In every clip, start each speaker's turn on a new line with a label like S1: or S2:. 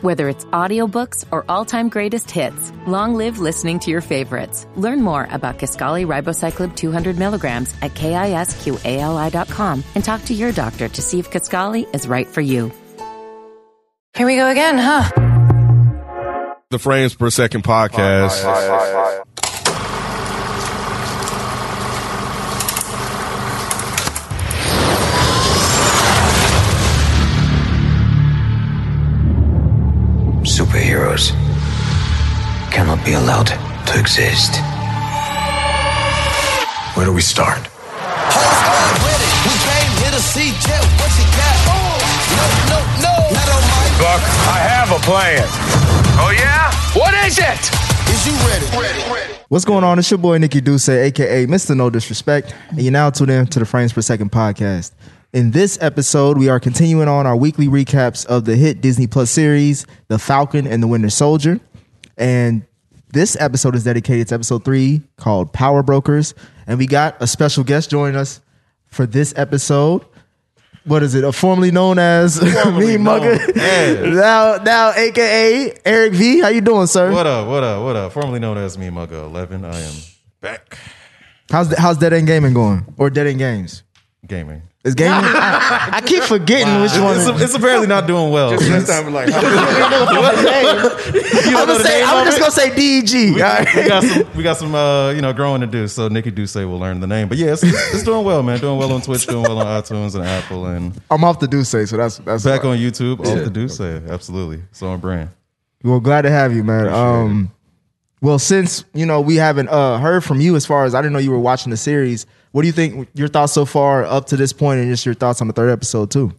S1: Whether it's audiobooks or all-time greatest hits, long live listening to your favorites. Learn more about Kaskali Ribocyclib 200 milligrams at kisqali.com and talk to your doctor to see if Kaskali is right for you.
S2: Here we go again, huh?
S3: The Frames Per Second podcast.
S4: Superheroes cannot be allowed to exist. Where do we start?
S5: Buck, I have a plan. Oh, yeah? What is it?
S6: What's going on? It's your boy Nikki Duce, aka Mr. No Disrespect, and you now tune in to the Frames Per Second podcast. In this episode, we are continuing on our weekly recaps of the hit Disney Plus series, The Falcon and the Winter Soldier. And this episode is dedicated to episode three called Power Brokers. And we got a special guest joining us for this episode. What is it? A formerly known as Me Mugger. now, now, aka Eric V. How you doing, sir?
S7: What up, what up, what up? Formerly known as Me Mugga 11, I am back
S6: How's how's Dead End Gaming going? Or Dead End Games?
S7: gaming.
S6: Is gaming? I, I keep forgetting which one.
S7: It's, it's apparently not doing well.
S6: I'm, gonna say, I'm just gonna say E DG.
S7: we, we got some, we got some uh, you know, growing to do, so Nikki Duce will learn the name. But yeah, it's, it's doing well, man. Doing well on Twitch, doing well on iTunes and Apple, and
S6: I'm off the do say, so that's that's
S7: back on YouTube. All the Duce, absolutely. So on brand.
S6: Well, glad to have you, man. Um, well, since you know we haven't uh, heard from you as far as I didn't know you were watching the series. What do you think? Your thoughts so far up to this point, and just your thoughts on the third episode too.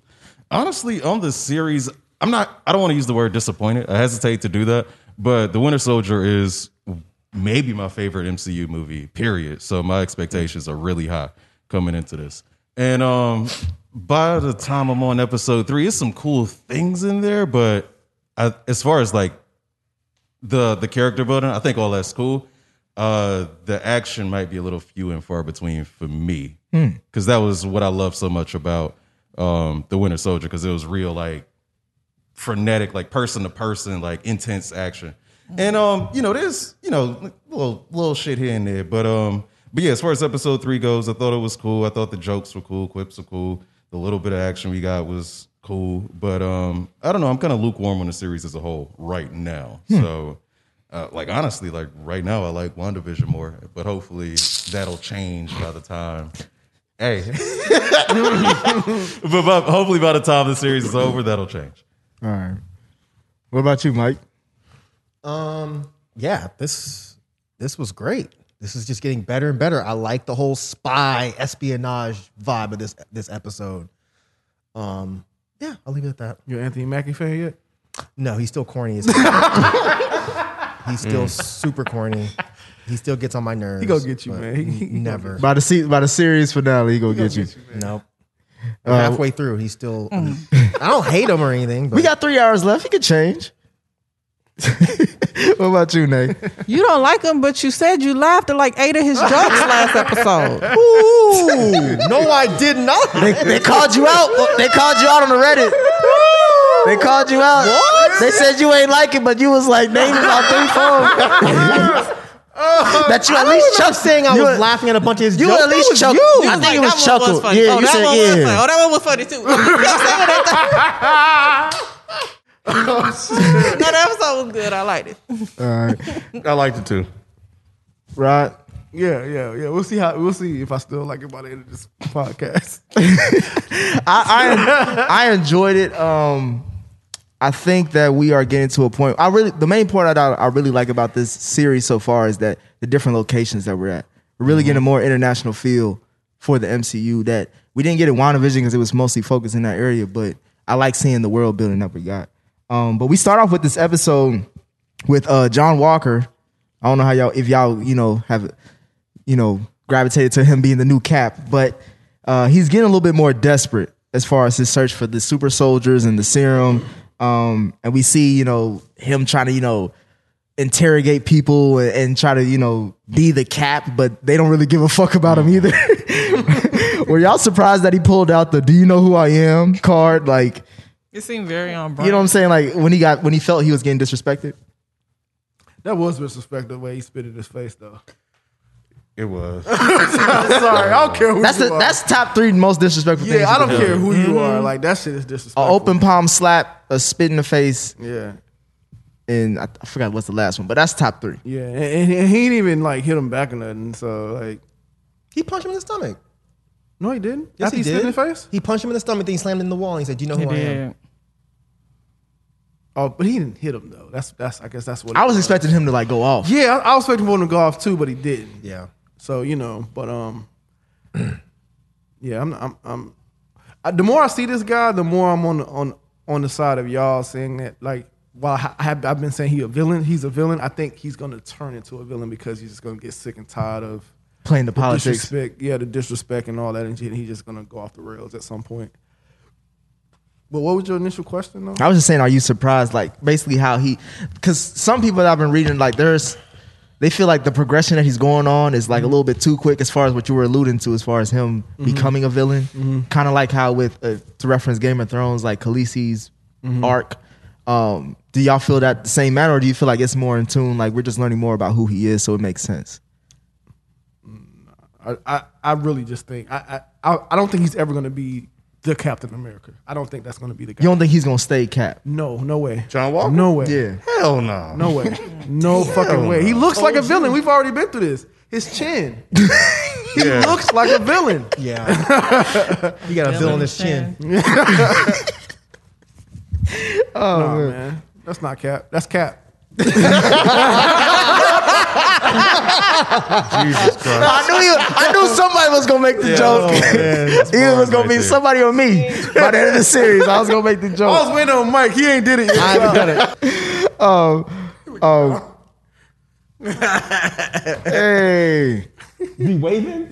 S7: honestly on this series i'm not i don't want to use the word disappointed i hesitate to do that but the winter soldier is maybe my favorite mcu movie period so my expectations are really high coming into this and um by the time i'm on episode three it's some cool things in there but I, as far as like the the character building, I think all that's cool. Uh, the action might be a little few and far between for me because that was what I loved so much about um, the Winter Soldier because it was real, like frenetic, like person to person, like intense action. And um, you know, there's you know little little shit here and there, but um, but yeah, as far as episode three goes, I thought it was cool. I thought the jokes were cool, quips were cool. The little bit of action we got was cool, but um, I don't know. I'm kind of lukewarm on the series as a whole right now. So, uh, like honestly, like right now, I like WandaVision more, but hopefully that'll change by the time. Hey, but, but hopefully by the time the series is over, that'll change.
S6: All right. What about you, Mike?
S8: yeah, this this was great. This is just getting better and better. I like the whole spy espionage vibe of this this episode. Um, yeah, I'll leave it at that.
S9: You an Anthony Mackie fan yet?
S8: No, he's still corny. As he's still super corny. He still gets on my nerves. He
S9: Mm. gonna get you, man. He- he gonna
S8: never.
S6: By the se- by the series finale, he gonna get you.
S8: nope.
S9: Uh,
S8: Halfway through, he's still.
S9: Mm.
S8: I don't hate him or anything. But
S6: We got three hours left. He could change. what about you, Nate?
S10: You don't like him, but you said you laughed at like eight of his jokes last episode.
S8: Ooh, no, I did not.
S6: They, they called you out. They called you out on the Reddit. They called you out.
S8: What?
S6: They said you ain't like it, but you was like naming all three phones. that you at
S8: I
S6: least
S8: least Chuck
S6: chucked
S8: saying I
S6: you
S8: was
S6: at-
S8: laughing at a bunch of his
S6: You
S8: jokes.
S6: at least
S8: That was
S6: chuckled.
S8: you.
S6: I think it was
S10: one
S6: chuckled.
S10: funny.
S6: Yeah,
S10: oh,
S6: you
S10: that
S6: said,
S10: one was
S6: yeah.
S10: funny. Oh, that one was funny too. no, that episode was good. I liked it.
S7: I liked it too.
S6: Right.
S9: Yeah, yeah, yeah. We'll see how we'll see if I still like it by the end of this podcast.
S6: I, I I enjoyed it. Um, I think that we are getting to a point. I really the main point I I really like about this series so far is that the different locations that we're at. We're really getting a more international feel for the MCU that we didn't get in WandaVision because it was mostly focused in that area. But I like seeing the world building that we got. Um, but we start off with this episode with uh John Walker. I don't know how y'all if y'all you know have you know gravitated to him being the new Cap, but uh, he's getting a little bit more desperate as far as his search for the super soldiers and the serum. Um, and we see you know him trying to you know interrogate people and, and try to you know be the Cap, but they don't really give a fuck about him either. Were y'all surprised that he pulled out the "Do you know who I am" card? Like
S11: It seemed very on brand.
S6: You know what I'm saying? Like when he got when he felt he was getting disrespected.
S10: That was disrespectful the way he spit in his face, though.
S7: It was.
S10: Sorry, I don't care who
S6: That's
S10: you
S6: the
S10: are.
S6: that's top three most disrespectful things.
S10: yeah, I
S6: you
S10: don't
S6: can
S10: care who you are. Like that shit is disrespectful.
S6: A open palm slap, a spit in the face,
S10: Yeah,
S6: and I, I forgot what's the last one, but that's top three.
S10: yeah, and, and- and he didn't even like hit him back or nothing. So like,
S8: He punched him in the stomach.
S10: no, he didn't.
S8: Yes,
S10: After
S8: he
S10: spit
S8: did.
S10: in his face.
S8: He punched him in the stomach. Then he slammed him in the wall. And he said, "Do you know who I am?"
S11: Yeah.
S10: Oh, but he didn't hit him though. That's that's. I guess that's what it
S6: I was expecting him to like go off.
S10: Yeah, I, I was expecting for him to go off too, but he didn't.
S8: Yeah.
S10: So you know, but um, yeah, I'm, I'm, I'm. I, the more I see this guy, the more I'm on the, on on the side of y'all saying that. Like, while I ha- I have I've been saying he a villain, he's a villain. I think he's gonna turn into a villain because he's just gonna get sick and tired of
S6: Playing the politics.
S10: disrespect. Yeah, the disrespect and all that, and he- he's just gonna go off the rails at some point. But what was your initial question though?
S6: I was just saying, are you surprised? Like basically how he, because some people that I've been reading, like there's, they feel like the progression that he's going on is like a little bit too quick as far as what you were alluding to, as far as him becoming a villain. Kind of like how with uh, to reference Game of Thrones, like Khaleesi's arc. Um, do y'all feel that the same manner, or do you feel like it's more in tune? Like we're just learning more about who he is, so it makes sense.
S10: I, I, I really just think I, I I- I don't think he's ever gonna be the Captain America. I don't think that's gonna be the guy.
S6: You don't think he's gonna stay Cap?
S10: no, no way.
S7: John Walker?
S10: No way.
S6: Yeah.
S7: Hell no.
S10: No way. No fucking way. He looks
S8: Oh,
S10: like a villain. We've already been through this. His chin. he looks like a villain.
S8: Yeah. he got a villainous chin.
S6: Oh,
S10: Nah, man. That's not Cap. That's Cap.
S7: Jesus Christ. oh,
S6: I knew you, I knew somebody was gonna make the joke. Either it was gonna be somebody or me by the end of the series. I was gonna make the joke.
S10: I was waiting on Mike. He ain't did it yet.
S8: I haven't done it.
S6: Um, Hey.
S7: Be waving?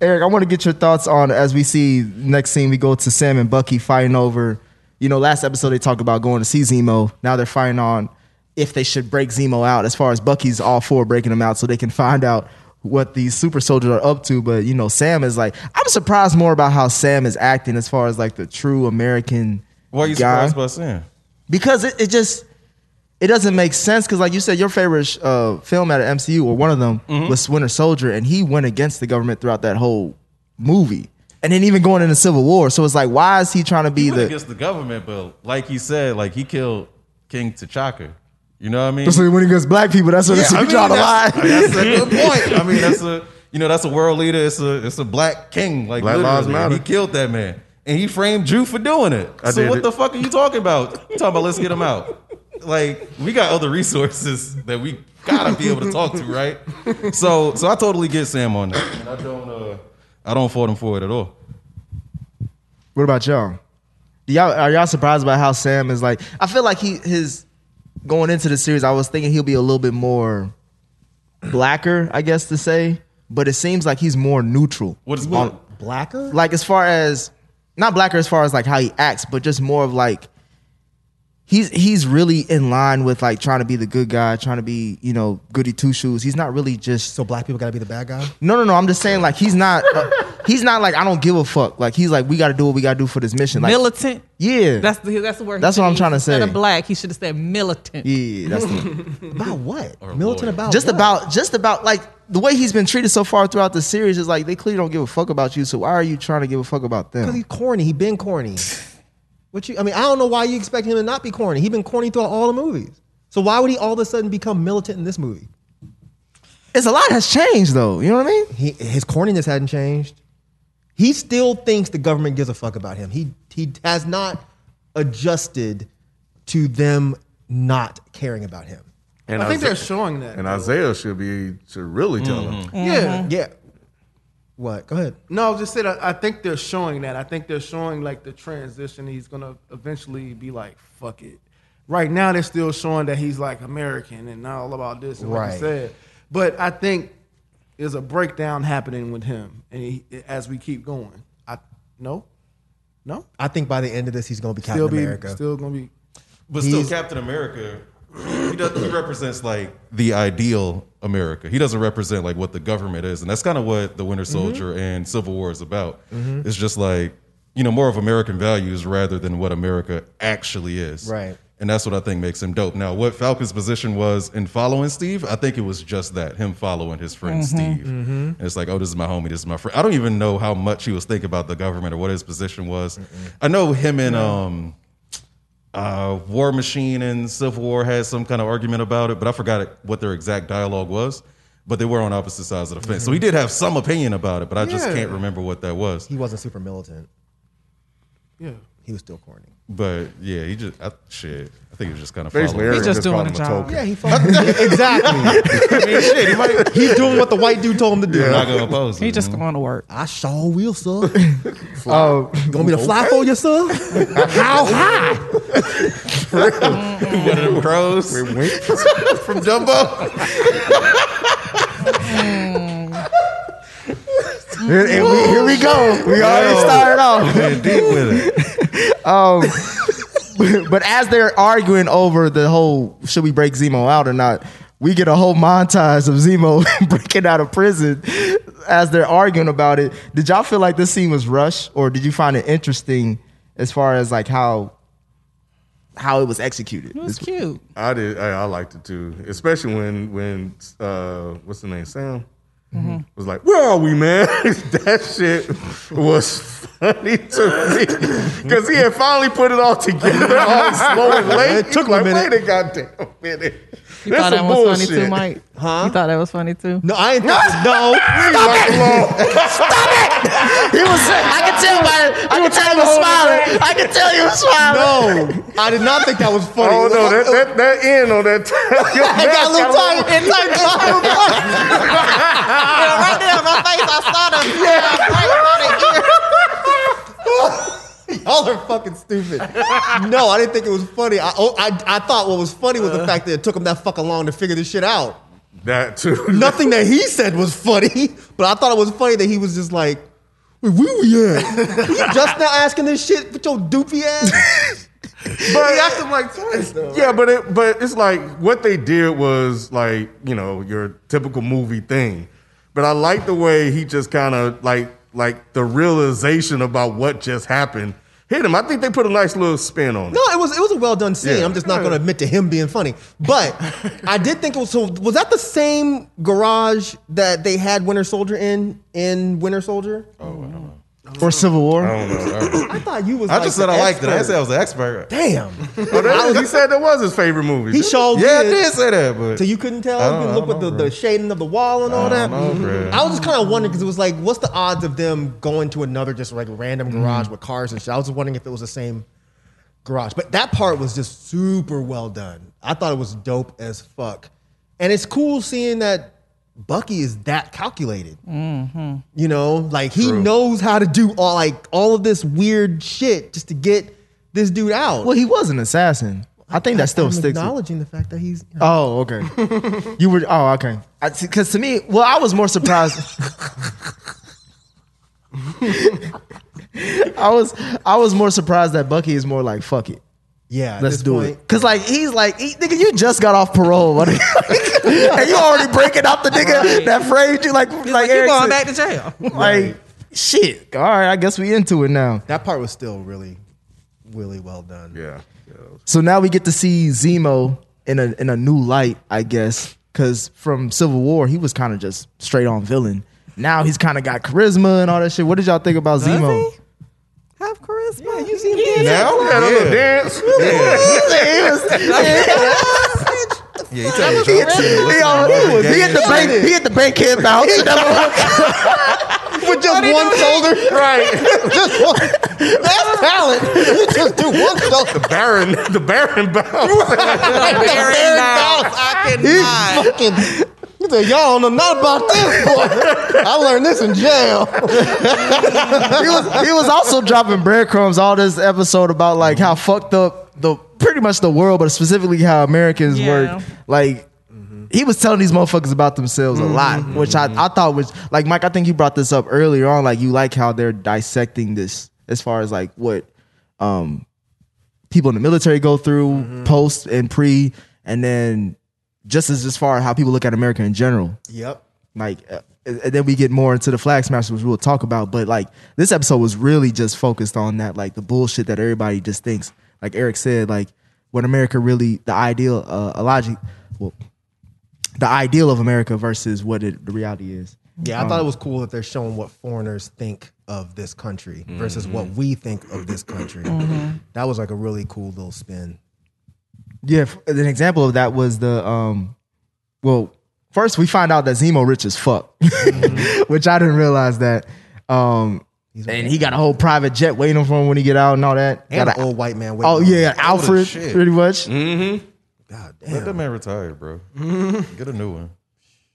S6: Eric, I want to get your thoughts on as we see next scene we go to Sam and Bucky fighting over. You know, last episode they talked about going to see Zemo. Now they're fighting on if they should break Zemo out. As far as Bucky's all for breaking him out, so they can find out what these super soldiers are up to. But you know, Sam is like, I'm surprised more about how Sam is acting as far as like the true American.
S7: Why are you
S6: guy.
S7: surprised by Sam?
S6: because it, it just it doesn't make sense because like you said your favorite sh- uh, film at of mcu or one of them was winter soldier and he went against the government throughout that whole movie and then even going into civil war so it's like why is he trying to be
S7: He went
S6: the
S7: against the government, but like he said, like he killed King T'Chaka. You know what I mean?
S6: so when he goes black people that's what it's
S7: I
S6: you
S7: mean,
S6: trying to
S7: that's-
S6: lie
S7: That's a good point. I mean, that's a you know that's a world leader. It's a it's a black king. Like
S3: Black Lives
S7: literally.
S3: Matter.
S7: He killed that man, and he framed Drew for doing it. so
S3: did
S7: what
S3: it.
S7: the fuck are you talking about? You talking about let's get him out. Like we got other resources that we gotta be able to talk to, right? So so I totally get Sam on that, and I don't uh I don't fault him for it at all.
S6: what about y'all y'all are y'all surprised by how sam is like i feel like he his going into the series i was thinking he'll be a little bit more blacker i guess to say but it seems like he's more neutral
S7: What is what?
S8: Blacker?
S6: like as far as not blacker as far as like how he acts, but just more of like he's he's really in line with like trying to be the good guy, trying to be you know goody two shoes. He's not really just
S8: So black people got to be the bad guy?
S6: no no no. I'm just saying like he's not uh, he's not like I don't give a fuck. Like he's like we got to do what we got to do for this mission. Like
S11: militant.
S6: yeah,
S11: That's the that's the word. he
S6: That's what
S11: said.
S6: I'm trying to
S11: Instead
S6: say.
S11: of black, he should have said militant.
S6: yeah. That's the,
S8: About what? Militant
S7: lawyer.
S8: about
S6: just
S8: what?
S6: about just about like the way he's been treated so far throughout the series is like they clearly don't give a fuck about you. So why are you trying to give a fuck about
S8: Because
S6: them?
S8: Oh, he's corny. He been corny. What you? I mean, I don't know why you expect him to not be corny. He been corny throughout all the movies. So why would he all of a sudden become militant in this movie?
S6: It's a lot has changed though. You know what I mean?
S8: He, his corniness hadn't changed. He still thinks the government gives a fuck about him. He he has not adjusted to them not caring about him.
S3: And
S10: I think
S3: Isa-
S10: they're showing that.
S3: And Isaiah should be should really tell him.
S10: yeah.
S8: Yeah. What? Go ahead.
S10: No, I was just saying. I, I think they're showing that. I think they're showing like the transition. He's gonna eventually be like, "Fuck it." Right now, they're still showing that he's like American and not all about this. And Like
S8: Right.
S10: you said, but I think there's a breakdown happening with him, and he, as we keep going, I no, no,
S8: I think by the end of this, he's gonna be Captain
S10: still be
S8: America.
S10: still gonna be.
S7: But still,
S8: He's-
S7: Captain America He, does, he represents like the ideal America. He doesn't represent like what the government is, and that's kind of what the
S8: Mm-hmm.
S7: Winter Soldier and Civil War is about. It's just like you know more of American values rather than what America actually is,
S8: Right.
S7: And that's what I think makes him dope. Now, what Falcon's position was in following Steve, I think it was just that him following his friend
S8: Mm-hmm.
S7: Steve. And it's like, oh, this is my homie, this is my friend. I don't even know how much he was thinking about the government or what his position was. I know him and um uh, War Machine and Civil War had some kind of argument about it, but I forgot it- what their exact dialogue was. But they were on opposite sides of the fence, so he did have some opinion about it, but I just can't remember what that was.
S8: He wasn't super militant.
S9: Yeah.
S8: He was still corny.
S7: But yeah, he just I, shit. I think it was just kind of
S3: Basically,
S7: following.
S3: everyone
S10: just doing
S3: called
S10: a
S3: him
S10: job.
S3: token.
S8: Yeah, he exactly.
S7: I mean, shit, he might
S8: He's doing what the white dude told him to do.
S7: I'm not gonna oppose.
S10: He
S7: it,
S10: just
S7: you know?
S10: going to work.
S8: I sure will, sir. Gonna be the fly for you, sir? How high?
S7: one of them crows from Dumbo.
S6: Here, and we, here we go. We already started off.
S7: Man, deep with it.
S6: but as they're arguing over the whole should we break Zemo out or not, we get a whole montage of Zemo breaking out of prison as they're arguing about it. Did y'all feel like this scene was rushed or did you find it interesting as far as like how how it was executed?
S10: It was
S6: This-
S10: cute.
S3: I did. I, I liked it too, especially when when uh, what's the name Sam was like, "Where are we, man?" that shit was funny to me because he had finally put it all together, all slow and late.
S8: It took
S3: He's
S8: him a
S3: like,
S8: minute.
S3: Wait a goddamn minute.
S10: You thought that
S3: some
S10: was
S3: bullshit.
S10: funny too, Mike? Huh? You thought that was funny too?
S8: No, I ain't thinking, no.
S6: He was I could tell by I could tell he was smiling. I could tell he was smiling.
S8: No. I did not think that was funny.
S3: Oh no, that that that end on that. your
S8: I
S3: mask
S8: got a little tight. It tight.
S10: right there on my face, I saw them.
S8: Y'all are fucking stupid. No, I didn't think it was funny. I, oh, I, I thought what was funny was the fact that it took him that fucking long to figure this shit out.
S3: That too.
S8: Nothing that he said was funny, but I thought it was funny that he was just like, Wait, where we at? you just now asking this shit with your doopy ass?
S3: But-
S8: he asked him like twice, though.
S3: Yeah, but it but it's like what they did was like you know your typical movie thing, but I like the way he just kind of like like the realization about what just happened hit him. I think they put a nice little spin on it.
S8: No, it was it was a well done scene.
S3: Yeah.
S8: I'm just not going to admit to him being funny, but I did think it was. So was that the same garage that they had Winter Soldier in in Winter Soldier?
S6: For Civil War.
S8: I thought you was.
S7: I
S8: like
S7: just
S8: the
S7: said I liked it. I
S8: expert.
S7: didn't say I was an expert.
S8: Damn.
S3: But that is- he said that was his favorite movie.
S8: He showed
S7: Yeah, I
S8: did.
S7: did say that, but
S8: So you couldn't tell?
S7: I don't-
S8: You
S7: I
S8: look
S7: don't
S8: with the,
S7: know,
S8: the
S7: bro.
S8: shading of the wall and all
S7: I
S8: that.
S7: don't know, bro.
S6: Mm-hmm.
S8: I was just kind of wondering because it was like, what's the odds of them going to another just like random
S6: Mm-hmm.
S8: garage with cars and shit? I was just wondering if it was the same garage, but that part was just super well done. I thought it was dope as fuck, and it's cool seeing that Bucky is that calculated.
S6: Mm-hmm.
S8: You know, like he knows how to do all like all of this weird shit just to get this dude out.
S6: Well, he was an assassin. I think that still
S8: I'm
S6: sticks.
S8: acknowledging the fact that he's. you know,
S6: Oh, okay. you were oh, okay. Because to me, well, I was more surprised. I was I was more surprised that Bucky is more like fuck it,
S8: yeah, at
S6: let's
S8: this
S6: do
S8: point,
S6: it. Cause like he's like he- nigga, you just got off parole, buddy. and you already breaking out the nigga that phrase you like like,
S10: Like, you
S6: Eric
S10: going
S6: said,
S10: back to jail.
S6: like shit. All right, I guess we into it now.
S8: That part was still really, really well done.
S3: yeah.
S6: So now we get to see Zemo in a in a new light, I guess. Cause from Civil War, he was kind of just straight on villain. Now he's kind of got charisma and all that shit. What did y'all think about Zemo?
S10: he? Have charisma. you see him
S7: Yeah,
S3: Now we had a little dance.
S7: yeah, he told me,
S6: He, was- he hit the bank. He hit the bankhead bounce.
S8: With just one shoulder,
S3: right.
S8: just one. That's talent. You just do one shoulder.
S3: The Baron, the Baron bounce.
S8: That's the
S10: Baron
S8: Baron
S10: Bounce.
S8: Bounce. I can fucking. He said, Y'all don't know nothing about this, boy. I learned this in jail.
S6: he was he was also dropping breadcrumbs all this episode about like how fucked up the pretty much the world, but specifically how Americans
S10: Yeah.
S6: work. Like he was telling these motherfuckers about themselves a lot, which I, I thought was like Mike. I think you brought this up earlier on. Like you like how they're dissecting this as far as like what um people in the military go through post and pre and then just as as far as how people look at America in general.
S8: Yep.
S6: Like, uh, and and then we get more into the flag smashers, which we'll talk about. But like, this episode was really just focused on that, like the bullshit that everybody just thinks. Like Eric said, like what America really, the ideal, uh, a logic, well, the ideal of America versus what it, the reality is.
S8: Yeah, I thought it was cool that they're showing what foreigners think of this country
S3: Mm-hmm.
S8: versus what we think of this country. That was like a really cool little spin.
S6: Yeah, f- an example of that was the um well, first we find out that Zemo rich as fuck. Which I didn't realize that. Um and he got a whole private jet waiting for him when he get out and all that.
S8: And
S6: got
S8: an
S6: a,
S8: old white man.
S6: oh
S8: waiting on
S6: yeah, Alfred
S7: shit.
S6: pretty much.
S8: Mm-hmm.
S7: Let that man retire, bro. Get a new one.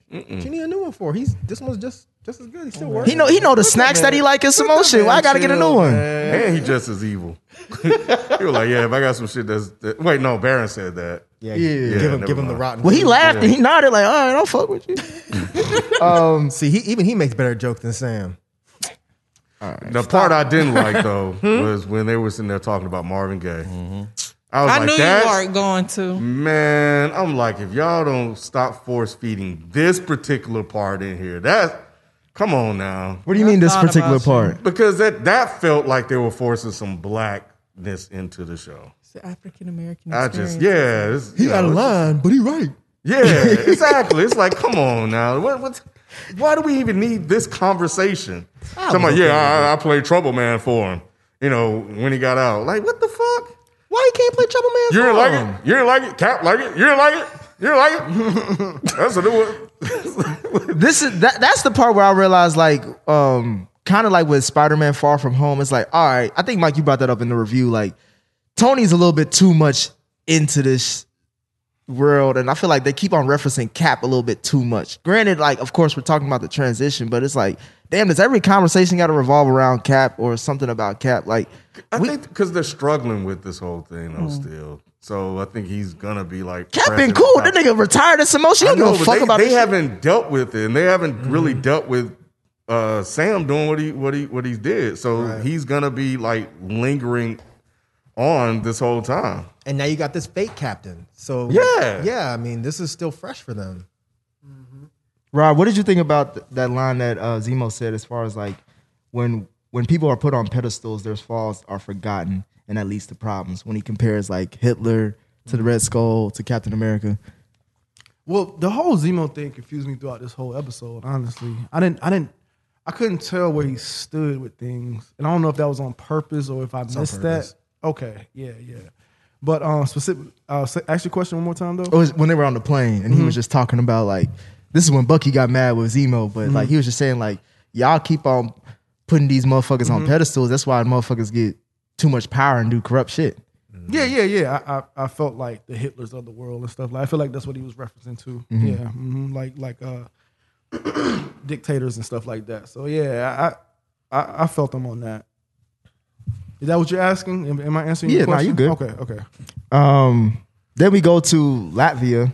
S8: What you need a new one for? He's this one's just just as good. He's still working.
S6: He know he know the snacks that he like and some more shit. Why I gotta get a new one?
S3: And he just as evil. he was like, yeah, if I got some shit that's that, wait, no, Baron said that.
S8: Yeah,
S6: Yeah.
S8: give him
S3: never
S8: give him the
S3: mind.
S8: rotten.
S6: Well he
S8: goose.
S6: laughed and he nodded like, all right, I'll fuck with Um, you.
S8: See, he even he makes better joke than Sam.
S3: The part I didn't like though
S8: Hmm?
S3: was when they were sitting there talking about Marvin Gaye.
S8: Mm-hmm.
S3: I was
S10: I
S3: like,
S10: knew
S3: that's,
S10: you weren't going
S9: Mm-hmm.
S10: to.
S3: man, I'm like, if y'all don't stop force feeding this particular part in here, that come on now.
S6: What do you mean this
S10: thought about
S6: particular
S10: you.
S6: part?
S3: Because that that felt like they were forcing some blackness into the show.
S10: It's the African American.
S3: I just, yeah, it's, you know, it's-
S8: line, but he right.
S3: Yeah, exactly. it's like, come on now. What, what, why do we even need this conversation? Somebody, yeah, I, I played Trouble Man for him, you know, when he got out. Like, what the fuck?
S8: Why he can't play Trouble Man?
S3: You didn't
S8: song?
S3: like it? You didn't like it? Cap like it? You didn't like it? You didn't like it? That's a new one.
S6: this is that that's the part where I realized like um kind of like with Spider-Man Far From Home, it's like, all right, I think Mike, you brought that up in the review. Like Tony's a little bit too much into this world, and I feel like they keep on referencing Cap a little bit too much. Granted, like of course we're talking about the transition, but it's like, damn, does every conversation gotta revolve around Cap or something about Cap? Like
S3: I think because they're struggling with this whole thing, though, still. So I think he's gonna be like
S6: Hmm. Cap been
S3: pressing
S6: cool.
S3: back.
S6: That nigga retired at Samoa. She
S3: I
S6: don't
S3: know,
S6: give a
S3: but
S6: fuck
S3: they,
S6: about
S3: they
S6: this shit. Mm-hmm.
S3: haven't dealt with it, and they haven't really dealt with uh, Sam doing what he what he what he did. So he's gonna be like lingering on this whole time.
S8: And now you got this fake captain. So
S3: Yeah.
S8: yeah. I mean, this is still fresh for them.
S6: Rob, what did you think about th- that line that uh, Zemo said as far as like when when people are put on pedestals, their flaws are forgotten, and that leads to problems. When he compares like Hitler to the Red Skull to Captain America,
S9: Well, the whole Zemo thing confused me throughout this whole episode. Honestly, I didn't, I didn't, I couldn't tell where he stood with things, and I don't know if that was on purpose or if I missed that.
S8: purpose.
S9: Okay, yeah, yeah. But um, specific. Uh, say- ask your question one more time
S6: it
S9: though.
S6: was when they were on the plane, and he was just talking about like this is when Bucky got mad with Zemo, but like he was just saying like y'all keep on putting these motherfuckers on pedestals. That's why motherfuckers get too much power and do corrupt shit.
S9: Yeah, yeah, yeah. I, I, I felt like the Hitlers of the world and stuff. Like I feel like that's what he was referencing to.
S6: Mm-hmm.
S9: Yeah, hmm like like uh, dictators and stuff like that. So yeah, I I, I felt him on that. Is that what you're asking? Am, am I answering?
S6: Yeah,
S9: your
S6: nah,
S9: question?
S6: you good.
S9: Okay, okay.
S6: Um, then we go to Latvia,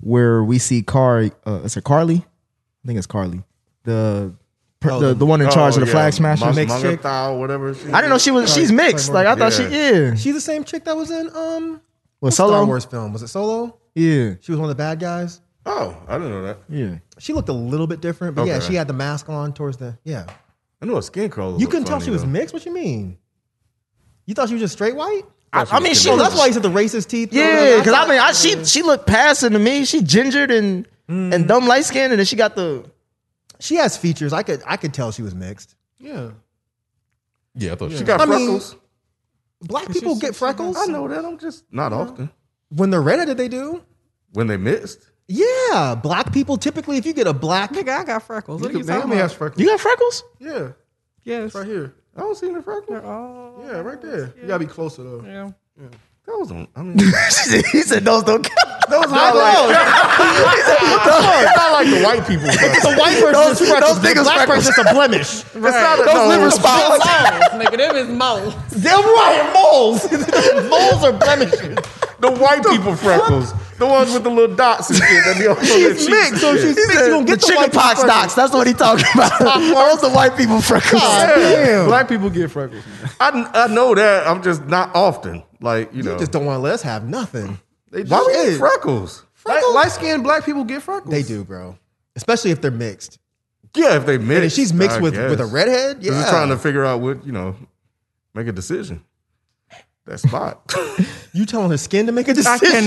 S6: where we see Car. Uh, is it Carly? I think it's Carly. The per,
S8: Oh,
S6: the,
S8: the-
S6: the one in charge
S3: Oh,
S6: of the
S3: yeah,
S6: flag smasher.
S3: Mon-
S6: mixed chick.
S3: Mongenthal, whatever. she
S6: I didn't know she was. She's mixed. Like I thought she. Yeah.
S8: She's the same chick that was in um
S6: Well,
S8: Star
S6: solo.
S8: Wars film. Was it Solo?
S6: Yeah.
S8: She was one of the bad guys.
S3: Oh, I didn't know that.
S6: Yeah.
S8: She looked a little bit different, but yeah,
S3: Okay.
S8: she had the mask on towards the yeah.
S3: I knew her skin color.
S8: You
S3: looked
S8: couldn't tell
S3: funny,
S8: she was
S3: though.
S8: mixed. What you mean? You thought she was just straight white?
S6: I, I mean, she.
S8: Oh,
S6: was-
S8: that's why he said the racist teeth.
S6: Yeah, because I mean, I, she she looked passing to me. She gingered and and dumb light skinned, and then she got the.
S8: she has features. I could I could tell she was mixed.
S9: Yeah.
S7: Yeah, I thought she
S3: She got
S8: I mean-
S3: freckles.
S8: Black people get freckles
S3: I know that. I'm just not often
S8: when they're redheaded. They do.
S3: when they mixed.
S8: Yeah, black people typically, if you get a black,
S10: Nigga, I got freckles. What are you
S9: They
S10: talking
S9: only
S10: about?
S9: has freckles.
S6: You got freckles?
S9: Yeah,
S10: Yes.
S9: right here.
S3: I don't see any freckles.
S10: Oh,
S9: Yeah, right there. You gotta be closer though.
S10: yeah.
S3: Those don't. I mean, it's
S6: he said- he said those don't count. Those
S8: I
S3: not like the white people. freckles.
S8: the white person's
S6: Those-
S8: freckles,
S6: those
S8: the
S6: niggas
S8: black
S6: freckles.
S8: person's a blemish.
S3: It's not a-
S6: Those
S3: no.
S6: liver spots.
S10: nigga, them is moles.
S8: They're right, moles. moles are blemishes.
S3: The white people freckles. The ones with the little dots and shit. That be on
S8: She's mixed, so she's mixed. You don't
S6: the
S8: get the,
S6: chicken
S8: white
S6: pox
S8: people
S6: docs. That's what he talking about. Those the white people freckles.
S3: Damn.
S9: Black people get freckles.
S3: I, I know that. I'm just not often. Like, you know.
S8: You just don't want to let us have nothing.
S9: They
S3: Why
S9: do.
S3: we need freckles?
S9: Light skinned black people get freckles.
S8: They do, bro. Especially if they're mixed.
S3: Yeah, if they
S8: And
S3: mix.
S8: if she's mixed
S3: I
S8: with, with a
S3: guess.
S8: redhead, yeah.
S3: Because it's trying to figure out what, you know, make a decision. That spot. it
S8: you telling her skin to make a decision?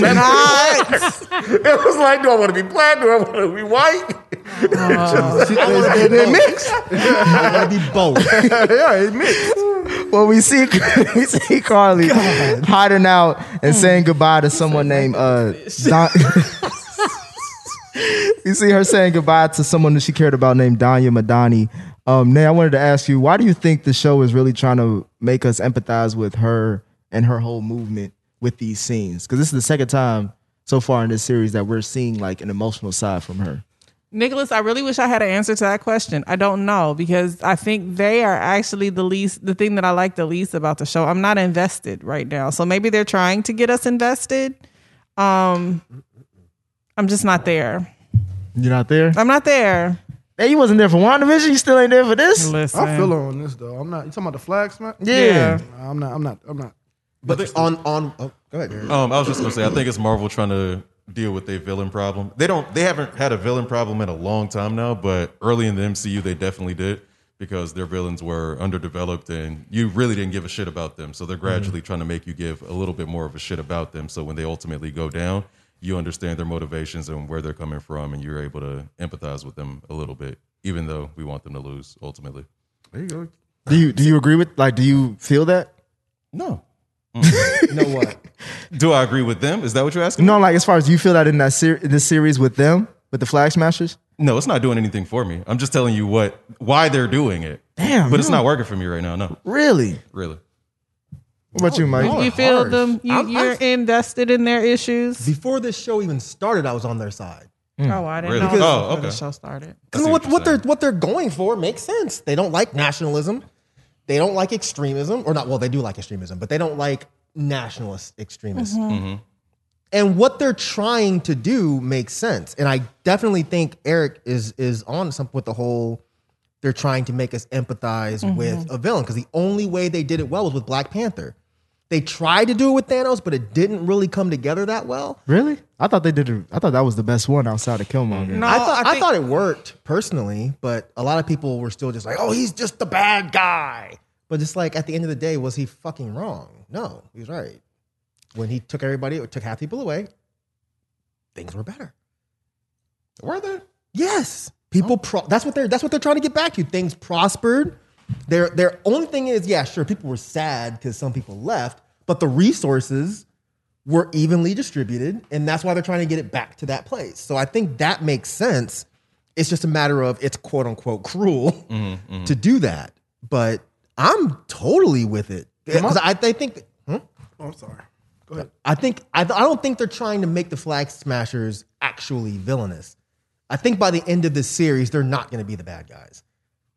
S3: was like, do I want to be black? Do I want to be white?
S8: They- they mixed. I want to be both.
S6: Well, we see we see Carly hiding out and saying goodbye to someone named uh Don- You see her saying goodbye to someone that she cared about named Danya Madani. Um, Nay, I wanted to ask you, why do you think the show is really trying to make us empathize with her and her whole movement with these scenes? Because this is the second time so far in this series that we're seeing like an emotional side from her.
S10: Nicholas, I really wish I had an answer to that question. I don't know because I think they are actually the least, the thing that I like the least about the show. I'm not invested right now. So maybe they're trying to get us invested. Um, I'm just not there.
S6: You're not there.
S10: I'm not there.
S6: Hey, you wasn't there for WandaVision. You still ain't there for this.
S10: Listen.
S9: I feel her on this though. I'm not. You talking about the flag smack?
S6: Yeah.
S9: Nah, I'm not. I'm not. I'm not.
S8: But on, on, oh, go ahead. Aaron.
S7: Um, I was just gonna say, I think it's Marvel trying to deal with their villain problem. They don't, they haven't had a villain problem in a long time now, but early in the MCU they definitely did because their villains were underdeveloped and you really didn't give a shit about them. So they're gradually trying to make you give a little bit more of a shit about them. So when they ultimately go down, you understand their motivations and where they're coming from, and you're able to empathize with them a little bit, even though we want them to lose ultimately.
S3: There you go.
S6: Do you do you agree with like do you feel that?
S7: No.
S8: You know what?
S7: Mm. Do I agree with them? Is that what you're asking?
S6: No, like as far as you feel that in that ser- in this series with them, with the Flag Smashers.
S7: No, it's not doing anything for me. I'm just telling you what why they're doing it.
S6: Damn,
S7: But it's
S6: you-
S7: not working for me right now. No,
S6: Really?
S7: really.
S6: What
S8: Oh,
S6: about you, Mike?
S10: you feel them. You,
S8: I'm-
S10: you're invested in their issues.
S8: Before this show even started, I was on their side.
S6: Hmm.
S10: Oh, I didn't
S7: Really?
S10: know that
S7: Oh,
S10: before the
S7: okay.
S10: show started.
S7: I see
S8: Because what,
S7: what
S8: what
S7: you're
S8: they're what they're going for makes sense. They don't like nationalism. They don't like extremism, or not. Well, they do like extremism, but they don't like nationalist extremists. And what they're trying to do makes sense. And I definitely think Eric is is on something with the whole. They're trying to make us empathize with a villain because the only way they did it well was with Black Panther. They tried to do it with Thanos, but it didn't really come together that well.
S6: Really? I thought they did. A, I thought that was the best one outside of Killmonger.
S10: No,
S8: I thought I,
S10: think-
S8: thought it worked personally, but a lot of people were still just like, "Oh, he's just the bad guy." But it's like at the end of the day, was he fucking wrong? No, he was right. When he took everybody, or took half people away, things were better.
S7: Were they?
S8: Yes, people. Pro- that's what they're. That's what they're trying to get back to. Things prospered. Their their only thing is, yeah, sure, people were sad because some people left, but the resources were evenly distributed, and that's why they're trying to get it back to that place. So I think that makes sense. It's just a matter of it's quote unquote cruel to do that, but I'm totally with it. 'Cause I, I think. Hmm?
S9: Oh, I'm sorry. Go ahead.
S8: I think I, I don't think they're trying to make the Flag Smashers actually villainous. I think by the end of this series, they're not going to be the bad guys.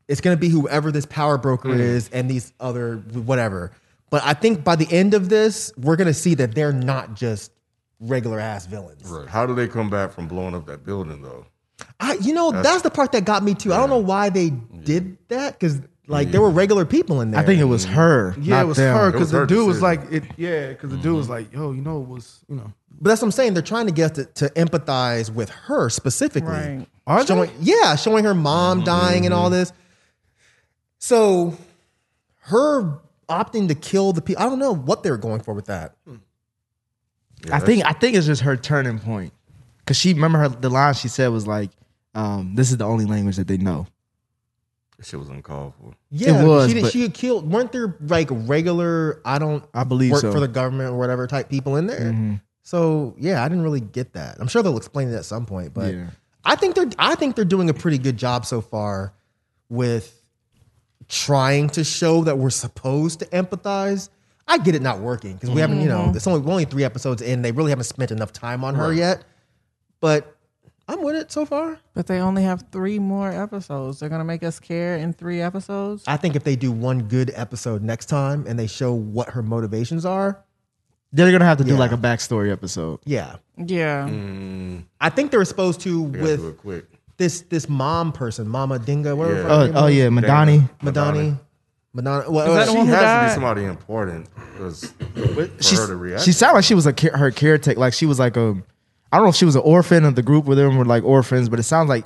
S8: It's going to be whoever this power broker
S6: Mm.
S8: is and these other whatever. But I think by the end of this, we're going to see that they're not just regular ass villains.
S3: How do they come back from blowing up that building, though?
S8: I, you know, that's, the part that got me too. I don't know why they did that because like there were regular people in there.
S6: I think it was her.
S9: Yeah,
S6: not
S9: it was
S6: them.
S9: her
S3: It was
S9: because the
S3: her
S9: dude was
S3: decision.
S9: like, it. Yeah, because the dude was
S10: Mm-hmm.
S9: like, yo, you know, it was, you know,
S8: But that's what I'm saying. They're trying to get us to, to empathize with her specifically.
S10: Right.
S9: Are
S8: showing, Yeah, showing her
S6: Mm-hmm.
S8: mom dying and all this. So her opting to kill the people. I don't know what they're going for with that.
S6: I think. I think it's just her turning point. Cause she remember her the line she said was like, um, "This is the only language that they know."
S3: That shit was uncalled for.
S8: Yeah,
S6: was,
S8: she, did-
S6: but-
S8: she had killed. Weren't there like regular? I don't. Mm-hmm.
S6: I believe
S8: work
S6: so.
S8: for the government or whatever type people in there. So yeah, I didn't really get that. I'm sure they'll explain it at some point, but
S6: Yeah.
S8: I think they're I think they're doing a pretty good job so far with trying to show that we're supposed to empathize. I get it not working because we haven't, you know, it's only we're only three episodes in. They really haven't spent enough time on her yet, but I'm with it so far.
S10: But they only have three more episodes. They're gonna make us care in three episodes.
S8: I think if they do one good episode next time and they show what her motivations are,
S6: They're gonna have to do
S8: Yeah.
S6: like a backstory episode.
S8: yeah,
S10: Yeah.
S3: Mm.
S8: I think they were supposed to
S3: They gotta do
S8: with
S3: it quick.
S8: this this mom person, Mama Dinga, whatever.
S3: Yeah.
S8: her
S6: Oh,
S8: name
S6: oh
S8: was.
S6: yeah, Madani.
S8: Madani. Madonna. oh, Well,
S10: Is that the
S3: She
S10: one who
S3: has to
S10: died?
S3: be somebody important 'cause for
S6: She's-
S3: her to react.
S6: She sounded like she was a care, her caretaker. Like she was like a, I don't know if she was an orphan of the group where them were like orphans, but it sounds like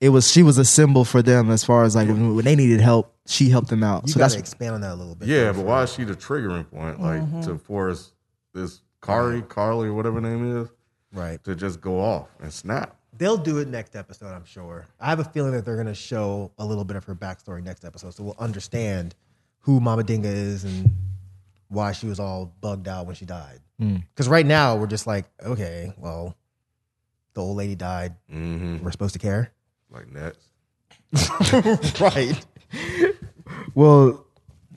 S6: it was she was a symbol for them as far as like when, when they needed help, she helped them out.
S8: you
S6: so
S8: gotta
S6: that's
S8: expand on that a little bit.
S3: yeah, but why is she the triggering point? Like
S10: Mm-hmm.
S3: to force this Kari, Carly, or whatever her name is,
S8: Right.
S3: to just go off and snap.
S8: They'll do it next episode, I'm sure. I have a feeling that they're gonna show a little bit of her backstory next episode, so we'll understand who Mama Dinga is and why she was all bugged out when she died. Because right now we're just like, okay, well, the old lady died. We're supposed to care,
S3: Like next.
S8: right?
S6: well.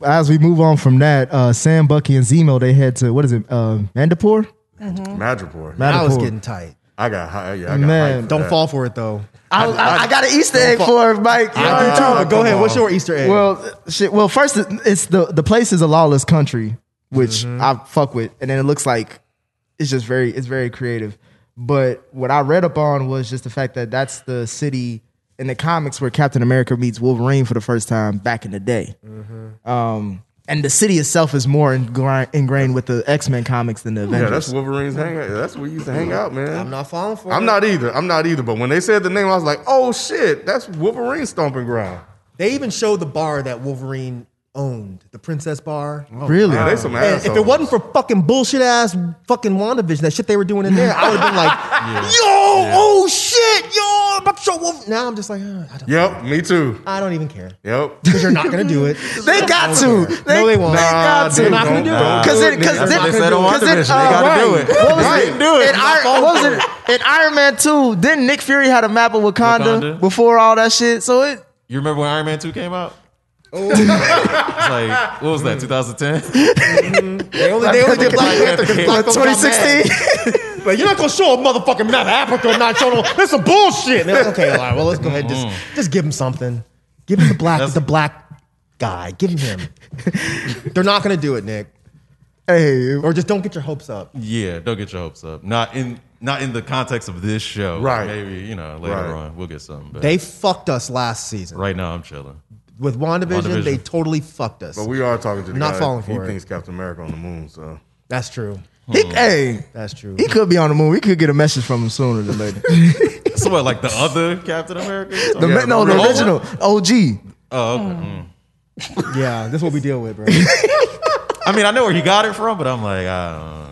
S6: As we move on from that, uh, Sam, Bucky, and Zemo they head to what is it, uh, Mandapur?
S10: Mm-hmm.
S3: Madripoor.
S8: That was
S6: Madripoor.
S8: getting tight.
S3: I got high. Yeah, I got
S6: Man.
S3: hyped for
S8: Don't
S3: that.
S8: fall for it though.
S6: I, I, I got an Easter egg for it, Mike.
S8: I do too. but go ahead. What's your Easter egg?
S6: Well, shit. Well, first, it's the the place is a lawless country, which I fuck with, and then it looks like it's just very it's very creative. But what I read up on was just the fact that that's the city in the comics where Captain America meets Wolverine for the first time back in the day. Um, and the city itself is more ingra- ingrained with the X Men comics than the Avengers.
S3: Yeah, that's Wolverine's hangout. That's where we used to hang out, man.
S8: I'm not falling for it.
S3: I'm not either. I'm not either. But when they said the name, I was like, oh shit, that's Wolverine stomping ground.
S8: They even showed the bar that Wolverine owned, the Princess Bar.
S6: really.
S3: Yeah, they some
S8: And
S3: assholes.
S8: if it wasn't for fucking bullshit ass fucking WandaVision, that shit they were doing in there, I would have been like, yo, oh shit, yo, I'm about to show Wolf. Now I'm just like, "Uh, I don't,
S3: Yep, me too.
S8: I don't even care.
S3: Yep.
S8: Because you're not gonna do it.
S6: They got
S8: don't
S6: to.
S8: care.
S6: They,
S8: no, they won't.
S6: They
S3: Nah,
S6: got to.
S3: they not gonna do it. Nah.
S6: Because it,
S3: That's
S6: because
S3: what
S7: they said on WandaVision. They
S8: uh,
S7: gotta do it.
S6: What was
S3: Right.
S6: it?
S3: Do it.
S6: In, Iron, what was it? in Iron Man 2, didn't Nick Fury had a map of Wakanda,
S7: Wakanda.
S6: before all that shit? So it. Oh.
S7: You remember when Iron Man 2 came out? it's like, what was that, 2010?
S8: They only, they only did Black Panther because Black folks got mad.
S6: 2016.
S8: Like, you're not gonna show a motherfucking map of Africa and not show them. That's some bullshit. And they're like, okay, all right, well, let's go ahead and just, just give him something. Give him the black, the black guy. Give him him. they're not gonna do it, Nick.
S6: hey,
S8: Or just don't get your hopes up.
S7: yeah, don't get your hopes up. Not in not in the context of this show.
S3: Right.
S7: Maybe, you know, later
S3: Right.
S7: on, we'll get something. But
S8: They fucked us last season.
S7: right now, I'm chilling.
S8: With WandaVision,
S7: WandaVision.
S8: they totally fucked us.
S3: But we are talking to the
S8: Not
S3: guy.
S8: falling
S3: he
S8: for it.
S3: thinks Captain America on the moon, so
S8: That's true.
S6: he, hey,
S8: That's true.
S6: he could be on the moon. We could get a message from him sooner than later.
S7: So what, like the other Captain America?
S6: The,
S3: Yeah,
S6: ma- no,
S3: the
S6: the
S3: original.
S6: original OG.
S7: oh, okay. Mm.
S8: Yeah, that's what we deal with, bro.
S7: I mean, I know where he got it from, but I'm like, I don't know.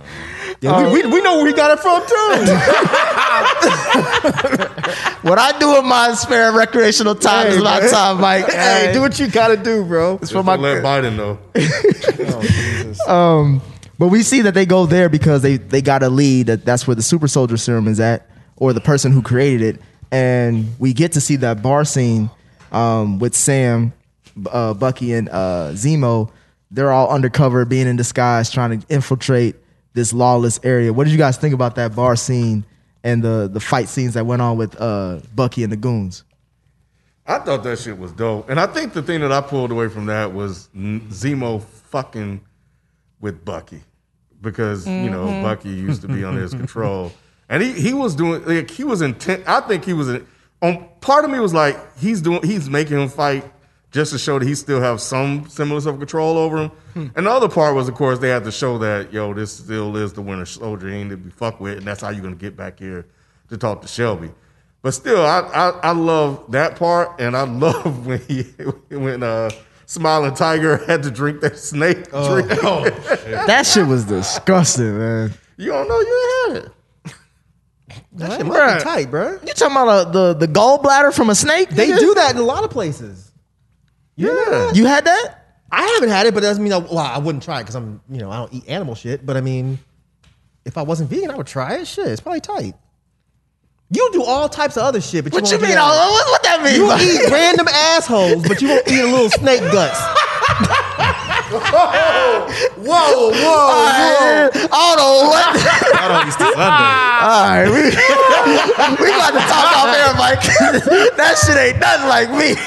S8: Yeah, we, we, we know where he got it from too.
S6: What I do in my spare recreational time is my time, Mike.
S8: hey, do what you gotta do, bro.
S6: It's for
S3: Just
S6: my
S3: don't let Biden know.
S6: But we see that they go there because they they got a lead that that's where the super soldier serum is at, or the person who created it, and we get to see that bar scene um, with Sam, uh, Bucky, and uh, Zemo. They're all undercover, being in disguise, trying to infiltrate this lawless area. What did you guys think about that bar scene and the the fight scenes that went on with uh, Bucky and the goons?
S3: I thought that shit was dope. And I think the thing that I pulled away from that was N- Zemo fucking with Bucky because, you know, Bucky used to be under his control. And he, he was doing, like, he was intent. I think he was, in- on part of me was like, he's doing, he's making him fight just to show that he still have some semblance of control over him. And the other part was, of course, they had to show that, yo, this still is the winter soldier. He ain't to be fucked with. And that's how you're going to get back here to talk to Shelby. But still, I, I, I love that part, and I love when he when uh, Smiling Tiger had to drink that snake drink.
S6: That shit was disgusting, man.
S3: You don't know you ain't had it.
S8: That shit must be tight, bro.
S6: You talking about uh, the the gallbladder from a snake?
S8: They
S6: nigga?
S8: do that in a lot of places.
S3: Yeah,
S6: You had that?
S8: I haven't had it, but that doesn't mean I, well, I wouldn't try it because I'm, you know, I don't eat animal shit. But I mean, if I wasn't vegan, I would try it. Shit, it's probably tight. You do all types of other shit, but you
S6: What you
S8: won't do
S6: mean?
S8: that.
S6: all- What, what that mean?
S8: You
S6: Like-
S8: eat random assholes, but you won't eat a little snake guts.
S3: Whoa, whoa!
S6: I don't know what.
S7: out on Easter Sunday.
S6: All right, we we about to talk off air, Mike. that shit ain't nothing like me.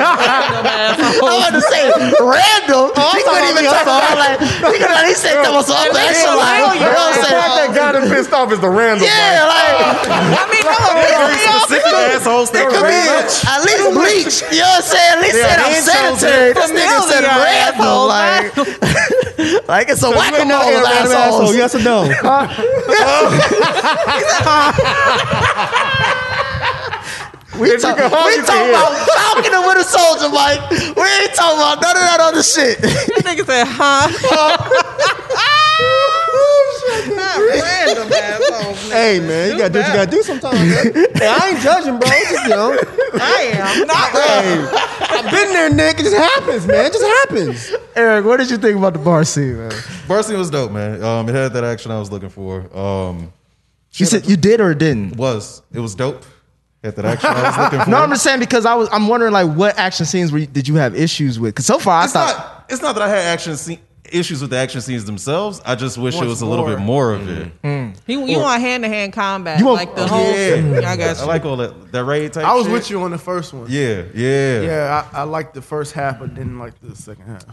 S6: I want to say random. he couldn't even talk about like he could not. He said that was all that shit. Like, you know what I'm
S3: The part that
S6: saying?
S3: got him pissed off is the random.
S6: Yeah, like
S4: I mean, no,
S7: Very
S4: we all-
S7: specific asshole
S6: it
S7: statement.
S6: could be at least bleach. You know what I'm saying? At least
S7: Yeah,
S6: said I'm
S7: these shows
S6: sanitary.
S7: are
S6: This nigga said
S4: familiar,
S6: random.
S4: asshole.
S6: Like, like it's a
S8: You ain't
S6: whack-a-mole
S8: not
S6: of
S8: Aaron Rodgers' asshole,
S6: assholes.
S8: yes or no?
S6: We,
S3: If you
S6: talk, we
S3: can hold
S6: talking
S3: it to
S6: about Falcon and Winter Soldier, Mike. We ain't talking about none of that other shit.
S4: that nigga said, huh? Not random asshole.
S8: hey man, you gotta do what you gotta do sometimes. Man. Hey, I ain't judging, bro. Just, you know,
S4: I am not
S8: hey, I've been there, Nick. It just happens, man. It just happens.
S6: Eric, what did you think about the bar scene, man?
S7: First thing was dope, man. Um, it had that action I was looking for. Um,
S6: You said you did or didn't?
S7: was it was dope. Had that action I was looking for.
S6: No, I'm just saying because I was I'm wondering like what action scenes were you, did you have issues with? Because so far I
S7: it's
S6: thought
S7: not. It's not that I had action scene issues with the action scenes themselves. I just wish it was a little bit more of it.
S4: You, you want hand to hand combat,
S6: You want- Oh,
S4: like the whole.
S7: Yeah,
S4: I got
S7: I
S4: you.
S7: like all that that raid type.
S10: I was
S7: shit.
S10: with you on the first one.
S7: Yeah, yeah,
S10: Yeah, I, I liked the first half, but didn't like the second half.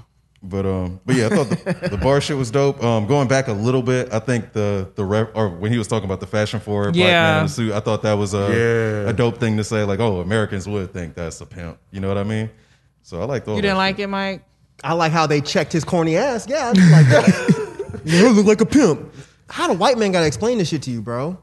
S7: But um, but yeah, I thought the, the bar shit was dope. Um, going back a little bit, I think the the ref, or when he was talking about the fashion for black man
S4: Yeah.
S7: in a suit, I thought that was a
S3: Yeah.
S7: a dope thing to say. Like, oh, Americans would think that's a pimp. You know what I mean? So I like all
S4: You
S7: that
S4: didn't
S7: shit.
S4: like it, Mike?
S8: I like how they checked his corny ass. Yeah, I just like that. you look like a pimp. How the white man gotta explain this shit to you, bro?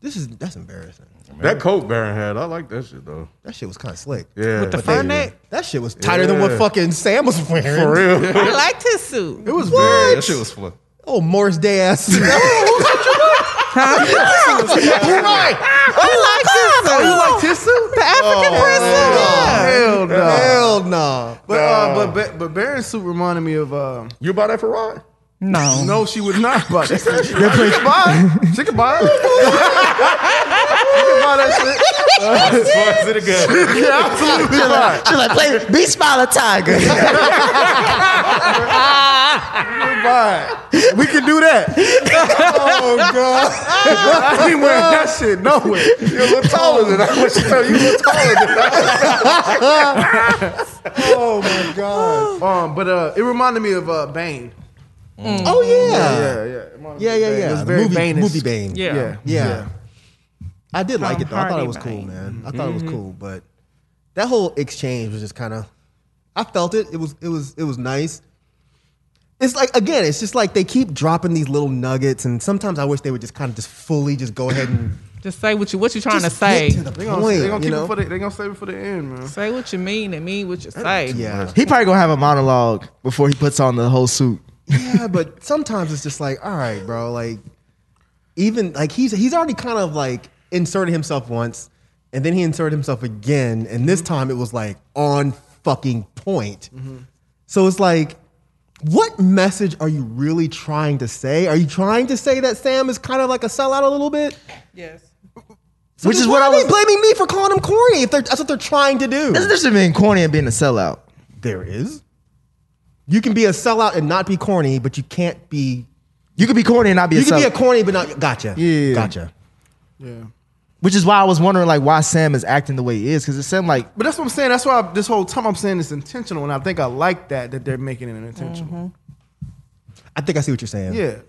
S8: This is that's embarrassing.
S3: That coat Baron had, I like that shit though.
S8: That shit was kind of slick.
S3: Yeah,
S4: With the fur neck?
S8: That shit was tighter than what
S3: Yeah.
S8: fucking Sam was wearing.
S3: for real.
S4: I liked his suit.
S8: It was
S7: Yeah,
S8: what?
S7: that shit was fun.
S8: Oh, Morris Day ass. You're right.
S4: I liked his suit.
S10: Like Tissa?
S4: The African press suit.
S10: Hell no.
S8: Hell no.
S10: But uh, but but, but Baron's suit reminded me of um,
S3: You buy that for Rod?
S4: No.
S10: no, she would not buy that. she could buy it. She could buy it. she could buy that shit.
S3: As far as it goes.
S10: Yeah, absolutely buy it.
S6: she's like play be smiling tiger.
S10: Buy it. We can do that. oh god. I ain't wearing that shit nowhere.
S3: You're a little taller than I was. You you look taller than I
S10: Oh my god. Um, but uh, it reminded me of uh, Bane.
S8: Oh yeah.
S10: Yeah, yeah, it reminded me
S8: Yeah, yeah, yeah.
S10: of Bane. It was
S8: The
S10: very
S8: movie,
S10: Bane-ish.
S8: movie Bane.
S4: Yeah.
S10: Yeah.
S8: Yeah. I did like it though. I thought
S4: Hardy
S8: it was cool,
S4: Bane.
S8: man. I thought it was
S10: Mm-hmm.
S8: cool, but that whole exchange was just kind of I felt it. It was it was it was nice. It's like again, it's just like they keep dropping these little nuggets and sometimes I wish they would just kind of just fully just go ahead and
S4: Just say what you what you trying to
S8: just
S4: say.
S8: get to the
S10: They
S8: point,
S10: gonna, they gonna
S8: you
S10: keep
S8: know?
S10: it for the, they gonna save it for the end, man.
S4: say what you mean and mean what you say.
S8: yeah.
S6: he probably gonna have a monologue before he puts on the whole suit.
S8: yeah, but sometimes it's just like, all right, bro, like even like he's he's already kind of like inserted himself once and then he inserted himself again and this time it was like on fucking point. So it's like what message are you really trying to say? Are you trying to say that Sam is kind of like a sellout a little bit?
S4: Yes.
S8: So
S6: Which
S8: then
S6: is
S8: why
S6: what I
S8: are
S6: was-
S8: they blaming me for calling him corny if they're, that's what they're trying to do.
S6: There's just being corny and being a sellout.
S8: There is. You can be a sellout and not be corny, but you can't be
S6: You could be corny and not be
S8: You
S6: a sellout.
S8: can be a corny, but not gotcha.
S6: Yeah.
S8: gotcha.
S10: Yeah.
S6: which is why I was wondering like why Sam is acting the way he is because it seemed like
S10: But that's what I'm saying. That's why I, this whole time I'm saying it's intentional, and I think I like that that they're making it intentional.
S8: I think I see what you're saying.
S10: Yeah,
S6: so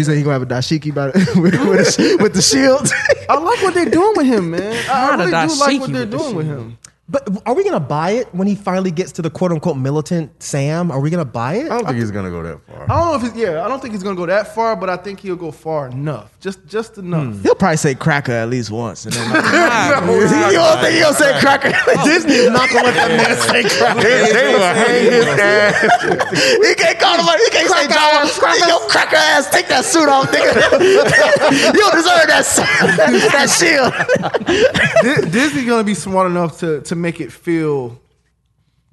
S6: he said he gonna have a dashiki about it with, with the- with the shield.
S10: I like what they're doing with him, man. I, I
S4: Not a
S10: really do like
S4: dashiki
S10: what they're
S4: with the
S10: doing with
S4: shield.
S10: him.
S8: But are we gonna buy it when he finally gets to the quote unquote militant Sam? Are we gonna buy it?
S3: don't think he's gonna go that far.
S10: I don't know if it's yeah. I don't think he's gonna go that far, but I think he'll go far enough, just just enough.
S8: Hmm.
S6: He'll probably say cracker at least once. And then you
S3: They,
S6: don't think he'll say cracker?
S8: Disney is not gonna let that man say crap.
S3: they will hang his ass.
S6: he can't call nobody. He can't say John. Wall. Nigga, Yo, cracker ass, take that suit off, nigga. you don't deserve that suit- that shield.
S10: Di- Disney gonna be smart enough to to make it feel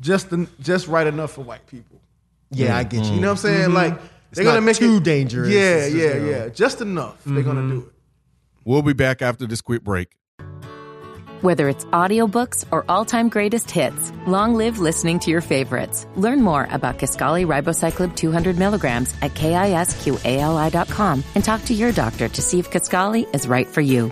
S10: just the, just right enough for white people.
S8: Yeah, I get you.
S10: You know what I'm saying? Like they're gonna
S8: Mm-hmm. not
S10: make
S8: too
S10: it
S8: dangerous.
S10: Yeah,
S8: It's just,
S10: yeah,
S8: you know. Mm-hmm.
S10: yeah. Just enough. They're gonna do it.
S1: We'll be back after this quick break. Whether it's audiobooks or all-time greatest hits, long live listening to your favorites. Learn more about Kaskali Ribocyclib 200 milligrams at kisqali.com and talk to your doctor to see if Kaskali is right for you.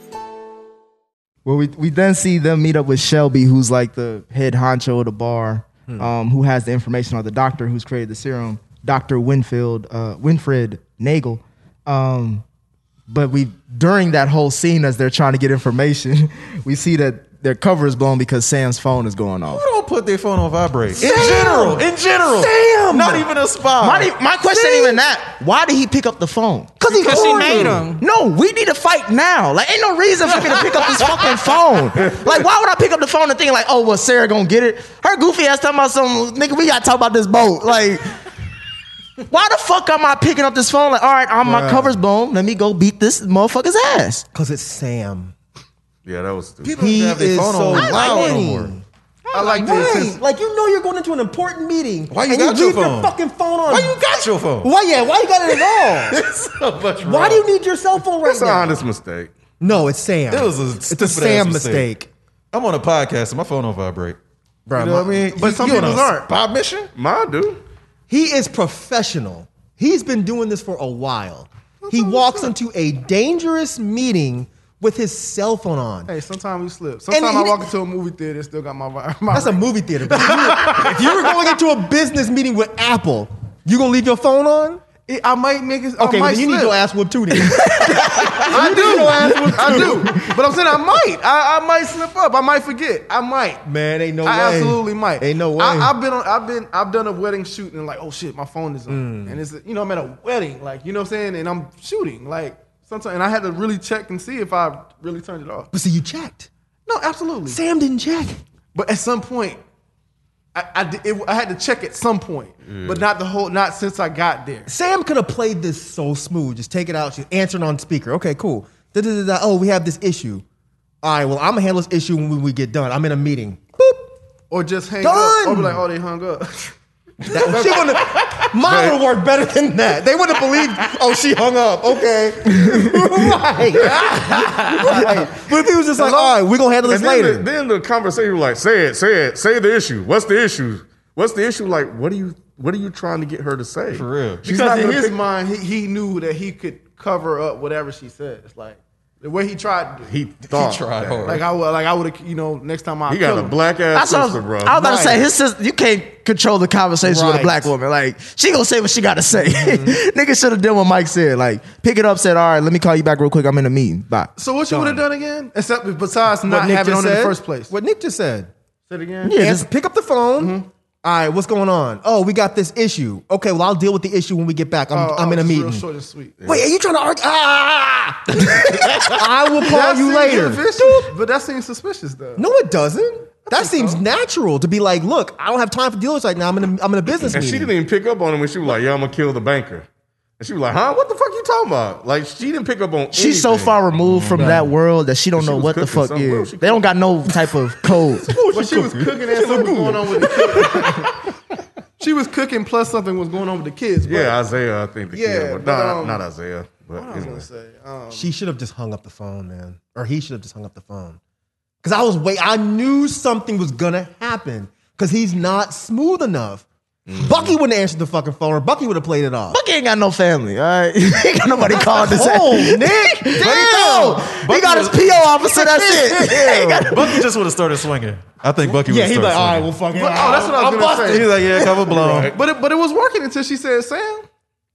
S6: Well, we we then see them meet up with Shelby, who's like the head honcho of the bar, um, who has the information on the doctor who's created the serum, Doctor Winfield, uh, Winfred Nagel. Um, but we during that whole scene, as they're trying to get information, we see that their cover is blown because Sam's phone is going off.
S7: Don't put their phone on vibrate. In general, in general,
S6: Sam!
S7: not even a spy.
S6: My, my question ain't even that. Why did he pick up the phone? Because
S12: Because she made him.
S6: No, we need to fight now. Like, ain't no reason for me to pick up this fucking phone. Like, why would I pick up the phone and think like, oh, well, Sarah gonna get it? Her goofy ass talking about some nigga. We gotta talk about this boat. Like, why the fuck am I picking up this phone? Like, all right, I'm, my cover's blown. Let me go beat this motherfucker's ass.
S8: Because it's Sam.
S3: Yeah, that was stupid.
S8: He
S7: have their
S8: is
S7: phone
S8: so
S7: on loud
S8: whiny.
S7: no more.
S10: I like
S8: Right.
S10: this.
S8: Like you know you're going into an important meeting.
S7: Why you
S8: and
S7: got
S8: you
S7: your
S8: leave
S7: phone?
S8: your fucking phone on?
S7: Why you got your phone?
S8: Why yeah, why you got it at
S7: so much
S8: all? why do you need your cell phone right
S3: That's an
S8: now?
S3: honest mistake.
S8: No, it's Sam.
S7: It was a
S8: It's a
S7: stupid-ass
S8: Sam
S7: mistake.
S8: mistake.
S7: I'm on a podcast and my phone on vibrate.
S8: Bro,
S7: You know what I mean?
S10: But some
S7: you on
S10: people's
S7: a
S10: aren't.
S7: Spy mission?
S3: Mine do.
S8: He is professional. He's been doing this for a while. He walks into a dangerous meeting with his cell phone on.
S10: Hey, sometimes we slip. Sometimes I
S8: he-
S10: walk into a movie theater and still got my vi- my.
S8: That's a movie theater. But if you were- if you were going into a business meeting with Apple, you gonna leave your phone on?
S10: It- I might make it.
S8: Okay,
S10: I
S8: well,
S10: might
S8: you need
S10: slip.
S8: your ass whooped too then.
S10: I do. I do. But I'm saying I might. I, I might slip up. I might forget. I might.
S8: Man, ain't no
S10: I
S8: way.
S10: absolutely might.
S8: Ain't no way.
S10: I, have been on. I've been. I've done a wedding shoot and like, oh shit, my phone is
S8: Mm.
S10: on, and it's you know I'm at a wedding, like you know what I'm saying, and I'm shooting like sometimes, and I had to really check and see if I really turned it off.
S8: But see, you checked.
S10: No, absolutely.
S8: Sam didn't check.
S10: But at some point, I I, did- it, I had to check at some point,
S8: Mm.
S10: but not the whole. Not since I got there.
S8: Sam could have played this so smooth. Just take it out. She's answering on speaker. Okay, cool. Da-da-da-da. Oh, we have this issue. All right, well, I'm going to handle this issue when we get done. I'm in a meeting. Boop.
S10: Or just hang
S8: Done.
S10: up. Or be like, oh, they hung up.
S8: That, she wouldn't have- mine would work better than that. They wouldn't have believed, oh, she hung up. Okay. right. right. But if he was just like, all right, we're going to handle this
S3: And then
S8: later.
S3: the, then the conversation was like, say it, say it, say the issue. What's the issue? What's the issue? Like, what are you what are you trying to get her to say?
S7: For real.
S3: She's
S10: because
S3: not
S10: in
S3: gonna
S10: his
S3: pick-
S10: mind, he, he knew that he could cover up whatever she says. Like the way he tried to do.
S3: He thought
S7: tried
S3: that.
S7: hard.
S10: like I would, like I would, you know, next time I
S3: He got
S10: kill
S3: a
S10: him.
S3: black ass
S6: That's what I was,
S3: sister, bro.
S6: I was about to say.
S8: Right.
S6: His sister, you can't control the conversation with a
S8: Right. Mm-hmm.
S6: black woman. Like she gonna say what she gotta say. Nigga should have done what Mike said. Like pick it up, said, all right, let me call you back real quick. I'm in a meeting. Bye.
S10: So what you would have done again? Except besides
S8: What
S10: not
S8: Nick
S10: having it
S8: just
S10: on in the
S8: said.
S10: first place.
S8: What Nick just said.
S10: Say it Mm-hmm. again.
S6: Yeah,
S8: And
S6: just-
S8: pick up the phone. All right, what's going on? Oh, we got this issue. Okay, well, I'll deal with the issue when we get back. I'm,
S10: Oh,
S8: I'm
S10: oh,
S8: in a
S10: it's
S8: meeting.
S10: Real short and sweet.
S8: Wait, are you trying to argue? Ah! I will call
S10: That
S8: you
S10: seems
S8: later.
S10: suspicious, but that seems suspicious though.
S8: No, it doesn't. That seems natural to be like, look, I don't have time for dealers right now. I'm in a, I'm in a business
S3: and she
S8: meeting.
S3: didn't even pick up on him when she was like, "Yo, I'm gonna kill the banker." And she was like, "Huh? What the fuck you talking about?" Like she didn't pick up on.
S6: She's so
S3: anything.
S6: far removed from that world that she don't
S3: She
S6: know
S3: was
S6: what the
S3: cooking
S6: fuck
S3: something. What was
S6: is.
S3: she
S6: They don't got no type of code.
S10: Well, she was cooking and something was going on with the kids. she was cooking plus something was going on with the kids. But
S3: Yeah, Isaiah. I think the
S10: Yeah,
S3: kid. Was,
S10: but,
S3: not,
S10: um,
S3: not Isaiah. But
S10: I was
S3: anyway.
S10: gonna say, um,
S8: She should have just hung up the phone, man. Or he should have just hung up the phone. Because I was wait, I knew something was gonna happen. Because he's not smooth enough.
S10: Mm-hmm.
S8: Bucky wouldn't answer the fucking phone, or Bucky would have played it off.
S6: Bucky ain't got no family. All right, ain't got nobody calling this.
S8: Oh, Nick!
S6: Damn, he got his PO officer. That's it. He got-
S7: Bucky just would have started swinging. I think Bucky would
S8: Yeah,
S7: have
S8: he's
S7: started
S8: like, all right,
S7: swinging.
S8: well, fuck it.
S10: But- oh, that's what I was
S8: I'm
S10: gonna say.
S8: busted.
S7: He's like, yeah, cover blown.
S10: but it, but it was working until she said Sam.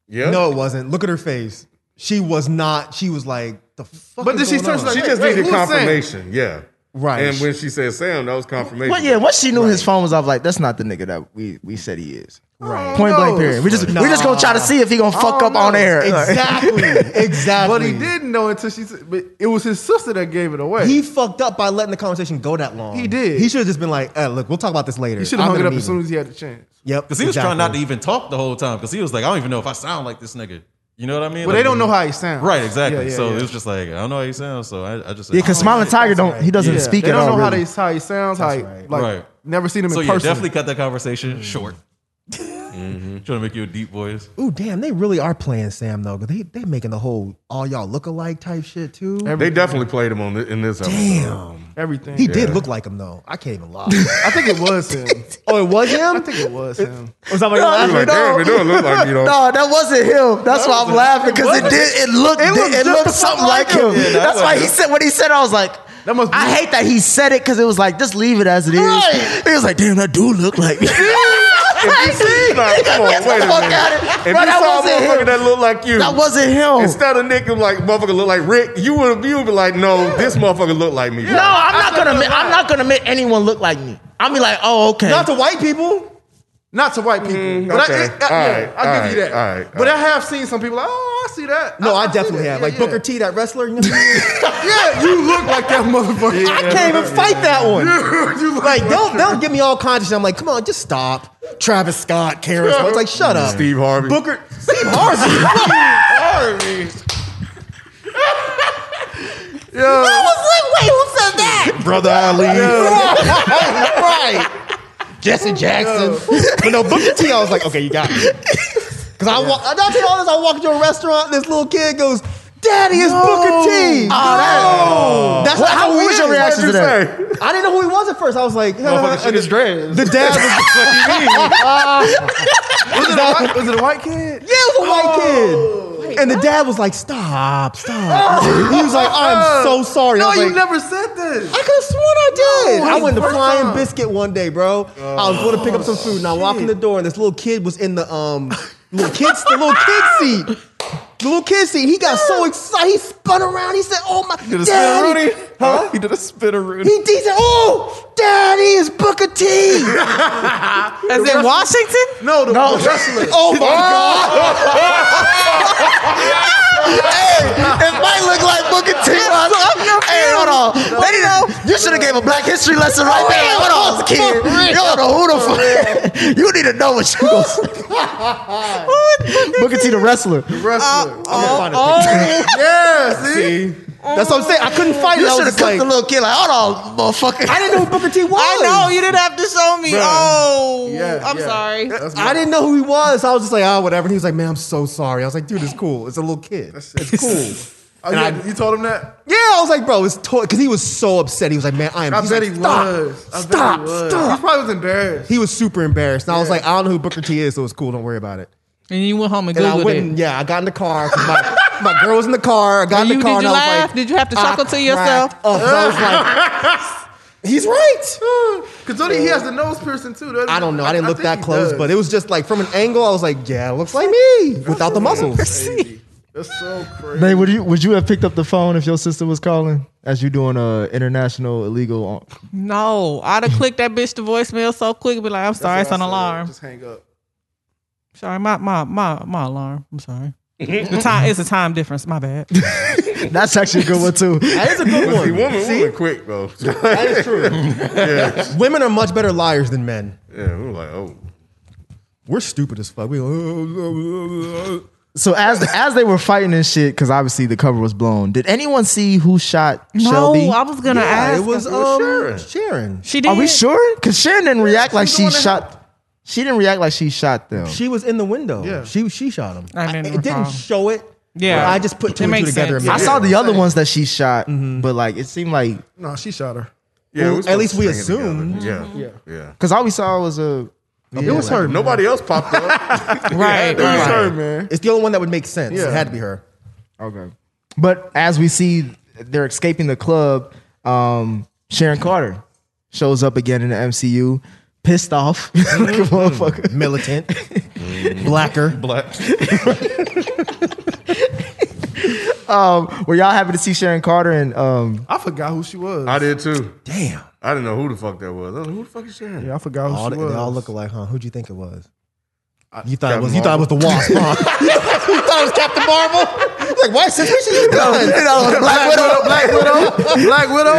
S3: Yeah.
S8: No, it wasn't. Look at her face. She was not. She was like, the fuck.
S10: But
S8: is
S10: then she
S8: going
S10: turns
S8: on?
S10: like-
S3: She just
S10: Wait,
S3: needed
S10: who's saying?
S3: confirmation. Yeah.
S8: Right.
S3: And when she said Sam, that was confirmation.
S6: Well, yeah, once she knew his phone was off, like that's not the nigga that we we said he is.
S9: Oh,
S6: Right. Point blank. Period. We just we just gonna try to see if he gonna fuck up on air. Like-
S8: Exactly. Exactly.
S9: But he didn't know until she said, but it was his sister that gave it away.
S8: He fucked up by letting the conversation go that long.
S9: He did.
S8: He should have just been like, eh, look, we'll talk about this later.
S9: He should have hung it up as soon as he had the chance.
S8: Yep.
S7: Because he was trying not to even talk the whole time. Because he was like, I don't even know if I sound like this nigga. You know what I mean?
S9: But
S7: Like,
S9: they don't know how he sounds.
S7: Right, exactly.
S9: Yeah, yeah,
S7: so
S9: yeah.
S7: it was just like, I don't know how you sound. So I, I just said, "Oh."
S6: Yeah, because Smiling Tiger don't he doesn't
S9: Yeah.
S6: speak
S9: They
S6: at
S9: don't
S6: all.
S9: know how
S6: really.
S9: they how he sounds. How he, like
S7: Right.
S9: never seen him
S7: So
S9: in
S7: yeah,
S9: person.
S7: definitely cut that conversation short. Mm-hmm. Trying to make you a deep voice.
S8: Ooh, damn, they really are playing Sam though. 'cause They they making the whole all y'all look alike type shit too.
S3: They definitely played him on the, in this episode.
S8: Damn.
S9: everything.
S8: He did look like him though. I can't even lie.
S9: I think it was him.
S8: oh, it was
S9: I
S8: him?
S9: think it was him.
S8: Was somebody
S3: He was like, damn, it don't look like you know.
S6: No, that wasn't him. That's why I'm laughing because it did. It looked. It
S9: looked
S6: looked,
S9: just the fuck
S6: something
S9: like
S6: like him.
S9: him. Yeah,
S7: that
S6: That's why
S7: was
S6: he
S7: him.
S6: said what he said. I was like,
S9: That must be-
S6: I hate that he said it because it was like, just leave it as it is. He was like, damn, that dude looked like me.
S3: If you see, nah, come on,
S6: Get the
S3: wait a
S6: fuck
S3: minute.
S6: outta here.
S3: If
S6: Bro,
S3: you
S6: that
S3: saw a
S6: wasn't him.
S3: motherfucker that looked like you,
S6: that wasn't him.
S3: Instead of Nick like motherfucker look like Rick, you would you would be like, no, this motherfucker look like me.
S6: no, I'm not gonna. Make, I'm not gonna make anyone look like me. I'll be like, oh, okay.
S8: Not to white people.
S9: Not to white people,
S10: Mm-hmm.
S9: but
S3: okay.
S9: I, it, I,
S3: All
S9: yeah,
S3: right,
S9: I'll
S3: all
S9: give you
S3: right,
S9: that.
S3: all right,
S9: but
S3: all
S9: I have seen some people like, oh, I see that.
S8: No, I,
S9: see
S8: definitely
S9: that.
S8: have.
S9: Yeah,
S8: like
S9: yeah.
S8: Booker T, that wrestler. You know? I
S9: Yeah, you look like that motherfucker.
S8: can't even fight that one.
S9: you look
S8: Like they'll they'll give me all conscious. I'm like, come on, just stop. Travis Scott, Karen. It's like, shut up.
S3: Steve Harvey.
S8: Booker Steve Harvey.
S9: Harvey.
S6: I was like, wait, who said that?
S8: Brother Ali. right. Jesse Jackson. But no, Booker T, I was like, okay, you got me. Because I walk, not to be honest, I walk into a restaurant, this little kid goes, Daddy, it's Booker T.
S6: Oh,
S8: That's
S6: Well,
S8: not
S6: how
S8: who he
S6: was your
S8: is.
S6: reaction to
S8: What'd you
S3: Hey,
S6: that?
S8: say? I didn't know who he was at first. I was like,
S3: motherfucker, shit is dreads.
S8: the dad was,
S9: Was it, a white, was it a white kid?
S8: yeah, it was a white kid. and the dad was like, stop, stop. he was like, I'm so sorry. I
S9: No,
S8: was
S9: you
S8: like,
S9: never said this.
S8: I could have sworn I did.
S9: No,
S8: I went to
S9: first
S8: Flying
S9: time.
S8: Biscuit one day, bro. I was going to pick up some food, and I walk in the door, and this little kid was in the um little kids the little kid seat. The little kid seat. He got so excited, he spun around. He said, "Oh my
S7: Did a
S8: daddy!"
S7: spin Rooney? Huh? He did a spin a Rooney.
S8: He, he said, "Oh, daddy is Booker T."
S10: As in Washington?
S9: No, the, the wrestler.
S8: oh my god!
S6: Hey, it might look like Booker T. Ross. Hey, hold on. They didn't know. You should have gave a Black History lesson right there. Like, hold on, kid. You don't know who the fuck. You need to know what you gonna say. Booker T. the wrestler.
S9: wrestler.
S6: Oh,
S9: yeah, see?
S8: That's what I'm saying. I couldn't fight
S6: you
S8: it. I was
S6: should have
S8: just
S6: cut
S8: like,
S6: the little kid. Like, hold on, motherfucker.
S8: I didn't know who Booker T was.
S10: I know you didn't have to show me. Oh,
S9: Yeah,
S10: I'm
S9: yeah.
S10: sorry.
S9: That's
S8: I didn't know who he was. I was just like, ah, whatever. And he was like, man, I'm so sorry. I was like, dude, it's cool. It's a little kid. It's cool.
S9: Oh, you, had- you told him that?
S8: Yeah, I was like, bro, it's toy because he was so upset. He was like, man, I am.
S9: I
S8: he's
S9: bet
S8: like,
S9: he
S8: stop,
S9: was. I
S8: stop,
S9: bet he was. He
S8: stop.
S9: probably was embarrassed.
S8: He was super embarrassed, and I was like, I don't know who Booker T is, so it's cool. Don't worry about it.
S10: And you went home and
S8: And I
S10: Googled
S8: went,
S10: it.
S8: and- yeah, I got in the car. 'cause My, my girl was in the car. I got in
S10: you-
S8: the car.
S10: did
S8: and
S10: you
S8: I was
S10: laugh?
S8: Like,
S10: Did you have to
S8: I
S10: chuckle to yourself?
S8: cracked up, 'cause I was like, he's right.
S9: Because Tony, he has the nose piercing too, doesn't he?
S8: I don't know. I didn't look
S9: think
S8: that
S9: he
S8: close,
S9: does.
S8: but it was just like from an angle. I was like, yeah, it looks like me without the muscles.
S9: That's so crazy.
S6: Nate, would you would you have picked up the phone if your sister was calling as you doing a international illegal?
S10: No, I'd have clicked that bitch to voicemail so quick. Be like, I'm sorry, it's
S9: That's what I
S10: an
S9: said.
S10: alarm.
S9: Just hang up.
S10: Sorry, my my my my alarm. I'm sorry. the time it's a time difference. My bad.
S6: That's actually a good one too.
S8: That is a good
S3: See,
S8: one.
S3: woman, woman quick though. yeah,
S8: That is true. Women are much better liars than men.
S3: we were like, oh,
S8: We're stupid as fuck. We
S6: So as as they were fighting and shit, because obviously the cover was blown. Did anyone see who shot Shelby?
S10: No, I was gonna ask.
S8: it was um, Sharon. Sharon.
S10: she did.
S6: Are we sure? Because Sharon didn't react like
S9: she's the
S6: she
S9: one that
S6: shot. She didn't react like she shot them.
S8: She was in the window.
S9: Yeah.
S8: She she shot him.
S10: I didn't
S8: it didn't
S10: recall.
S8: show it.
S10: Yeah.
S8: but I just put two
S10: It
S8: and two
S10: makes
S8: together.
S10: sense.
S8: in my
S6: I saw
S8: head.
S6: the other ones that she shot, but like it seemed like
S9: No, she shot her.
S3: yeah.
S8: Well,
S3: we
S8: at
S3: supposed
S8: least
S3: to
S8: we
S3: string it together.
S8: assumed.
S3: Yeah, yeah.
S6: because all we saw was a.
S9: It was her. No,
S3: Nobody else popped up.
S10: right?
S9: it was
S10: right.
S9: her, man.
S8: It's the only one that would make sense.
S9: Yeah.
S8: It had to be her.
S6: Okay. But as we see, they're escaping the club. Um, Sharon Carter shows up again in the MCU, pissed off. Like a motherfucker.
S8: Militant, blacker.
S7: Black.
S6: Um, were y'all happy to see Sharon Carter and um,
S9: I forgot who she was.
S3: I did too.
S8: Damn.
S3: I didn't know who the fuck that was. I was like, who the fuck is Sharon?
S9: Yeah, I forgot who
S8: All
S9: she
S8: they,
S9: was.
S8: they all look alike, huh? Who'd you think it was? You thought it was, you thought it was
S3: Marvel.
S8: the wasp, huh? you thought it was Captain Marvel? Like, why is this mission done?
S6: Black Widow?
S9: Black Widow. Black Widow.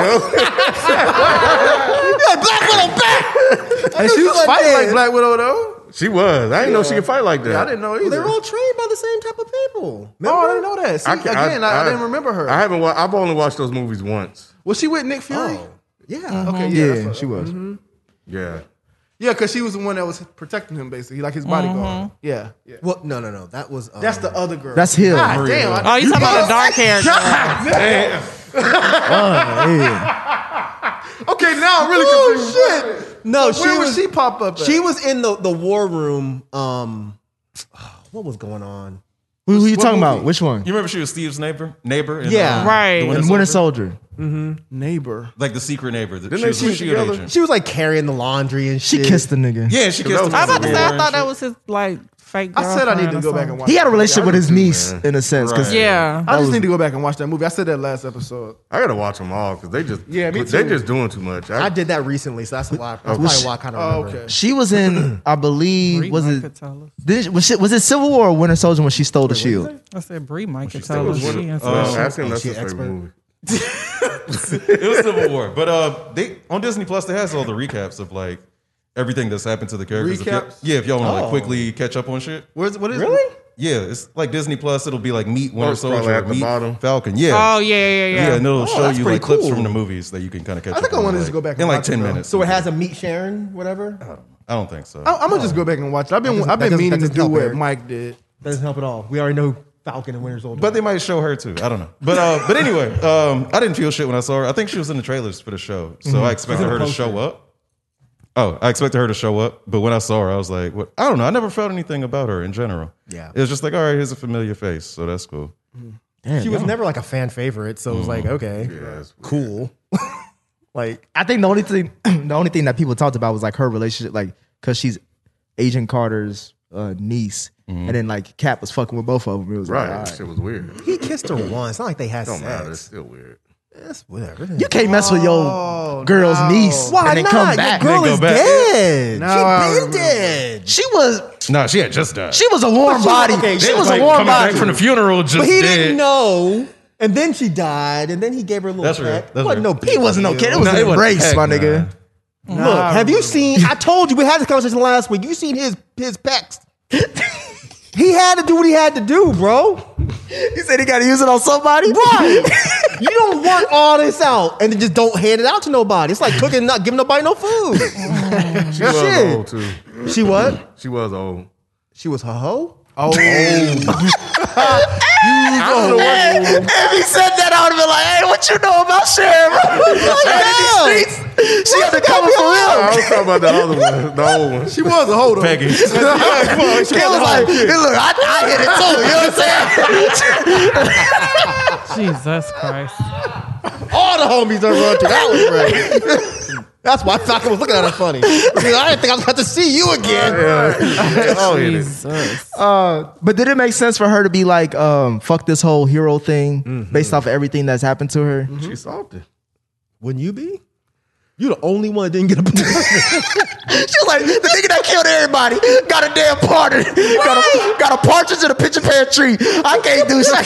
S8: You're like, Black Widow back!
S9: And she was
S8: Like
S9: fighting
S8: that.
S9: like Black Widow though.
S3: She was. I didn't know she could fight like that.
S9: I didn't know either.
S8: They're all trained by the same type of people.
S9: oh, I didn't know that. See,
S3: can't-
S9: again, I, I didn't remember her.
S3: I haven't. Wa- I've only watched those movies once.
S9: was she with Nick Fury?
S8: Yeah.
S9: Okay, yeah,
S6: yeah,
S9: that's what-
S6: she was.
S3: Yeah.
S9: yeah, because she was the one that was protecting him basically, like his bodyguard. Yeah, yeah.
S8: Well, no, no, no. That was um,
S9: That's the other girl.
S6: That's Hill.
S9: God damn. I-
S10: Oh, you talking about the dark hair? girl.
S9: okay, now I'm really confused.
S8: Oh shit! No,
S9: Where
S8: she
S9: would
S8: was
S9: she pop up? At?
S8: she was in the the war room. Um, what was going on?
S6: Who, who you talking about? Which one?
S7: You remember she was Steve's neighbor? Neighbor? in,
S8: Yeah.
S7: uh,
S10: Right.
S7: The Winter
S6: And
S7: Soldier?
S6: Winter Soldier.
S8: Mm-hmm.
S9: neighbor.
S7: Like the secret neighbor. That
S3: Didn't
S7: she
S3: they
S7: was a
S3: shoot
S7: shield
S3: together?
S7: agent.
S8: She was like carrying the laundry and
S6: She
S8: shit.
S6: kissed the nigga.
S7: Yeah, she kissed him.
S10: I was about to say, I thought that was his like fake.
S9: I said I need to
S10: girlfriend
S9: go
S10: or
S9: back
S10: something.
S9: and watch.
S6: He had a
S9: that movie.
S6: relationship with his niece in a sense. 'cause-
S7: Right.
S10: Yeah.
S9: I just need to go back and watch that movie. I said that last episode.
S3: I gotta watch them all because they just
S9: Yeah, me
S3: they
S9: too.
S3: just doing too much. I,
S8: I did that recently, so that's why. That's probably why I kind of
S9: Oh,
S8: remember.
S9: okay.
S6: She was in, I believe,
S10: Bree
S6: was
S10: might
S6: it,
S10: could tell us.
S6: did it- was, she, was it Civil War or Winter Soldier when she stole the shield?
S10: I said Bree might could
S3: That
S10: tell us.
S3: was
S10: She
S3: one
S10: ain't
S3: of-
S10: seen
S3: uh,
S10: shit.
S3: ask him that's
S8: she
S3: his favorite
S8: expert?
S3: movie.
S7: it was Civil War. But uh, they on Disney Plus they has all the recaps of like everything that's happened to the characters. If y'all-
S9: Recaps?
S7: yeah, if y'all want to
S8: Oh.
S7: like quickly catch up on shit.
S9: Where's what is
S8: Really?
S7: Yeah, it's like Disney Plus. It'll be like meet
S3: Oh,
S7: Winter
S3: it's probably
S7: Soldier,
S3: at the
S7: meet
S3: bottom.
S7: Falcon. Yeah.
S10: Oh yeah, yeah, yeah.
S7: yeah, and it'll show
S8: that's
S7: you
S8: pretty
S7: like clips
S8: cool.
S7: from the movies that you can kind of catch.
S9: think
S7: up
S9: I
S7: on,
S9: wanted to
S7: like,
S9: go back and
S7: in like
S9: watch
S7: ten
S9: it, Oh, though.
S7: minutes.
S8: So it has a meet Sharon, whatever.
S7: I don't think so.
S9: I'm gonna just go back and watch it. I've been
S8: doesn't-
S9: I've
S8: that
S9: been
S8: doesn't-
S9: meaning
S8: that
S9: to
S8: doesn't
S9: do
S8: help,
S9: what
S8: Eric.
S9: Mike did.
S8: Doesn't help at all. We already know Falcon and Winter Soldier.
S7: But they might show her too. I don't know. But uh, but anyway, um, I didn't feel shit when I saw her. I think she was in the trailers for the show, so I expected her to show up. Oh, I expected her to show up, but when I saw her, I was like, "What?" I don't know. I never felt anything about her in general.
S8: Yeah.
S7: it was just like, "All right, here's a familiar face, so that's cool."
S8: she was never like a fan favorite, so it was like okay, cool. like
S6: I think the only thing, the only thing that people talked about was like her relationship, like because she's Agent Carter's uh, niece, and then like Cap was fucking with both of them. It was
S3: Right,
S6: like, all
S3: that
S6: right.
S3: shit was weird.
S8: he kissed her once. It's not like they had
S3: Don't matter. It's
S8: sex.
S3: still weird.
S8: That's whatever.
S6: you can't mess with your girl's niece
S8: Why
S6: and then
S8: not?
S6: come back.
S8: Your girl
S7: Then go
S8: is
S7: back.
S8: dead.
S9: Now I
S8: she been
S9: remember.
S8: dead.
S6: She was,
S7: No, she had just died.
S6: she was a warm
S8: she-
S6: body.
S8: okay,
S6: she
S8: they
S6: was
S7: like
S6: a warm
S7: coming
S6: body.
S7: back from the funeral, just
S8: But he
S7: dead.
S8: didn't know. And then she died. And then he gave her a little.
S7: That's real.
S8: peck.
S7: That's
S8: wasn't
S7: real.
S8: no.
S6: he wasn't no kid. It was
S7: No,
S6: an
S7: it wasn't-
S6: embrace,
S7: heck
S6: my
S7: nah.
S6: nigga.
S8: Look, have you seen? I told you we had this conversation last week. You seen his his pecs? he had to do what he had to do, bro.
S6: He said he got to use it on somebody.
S8: Right. you don't want all this out, and then just don't hand it out to nobody. It's like cooking, not giving nobody no food.
S3: She was
S8: Shit.
S3: old too.
S8: she what?
S3: She was old.
S8: She was her hoe.
S9: Oh,
S3: I don't know what.
S6: If he said that, I would have been like, "Hey, what you know about Sharon?"
S8: Like,
S6: She had these streets. Oh, She had to come for real.
S3: I was talking about the other one, the old one.
S9: she was a holder.
S7: Peggy.
S6: She was like, hey, "Look, I, I hit it too." You know what I'm saying?
S10: Jesus Christ.
S8: All the homies are run to that was right. That's why Falcon was looking at her funny. Because I didn't think I was about to see you again.
S3: Yeah. Oh, yeah.
S10: Jesus.
S6: But did it make sense for her to be like, um, "Fuck this whole hero thing," based off of everything that's happened to her?
S3: She solved it.
S8: Wouldn't you be? You the only one that didn't get a
S6: She
S8: punishment.
S6: was like, "The nigga that killed everybody got a damn partner, got a, got a partridge in a picture pear tree. I can't do shit. I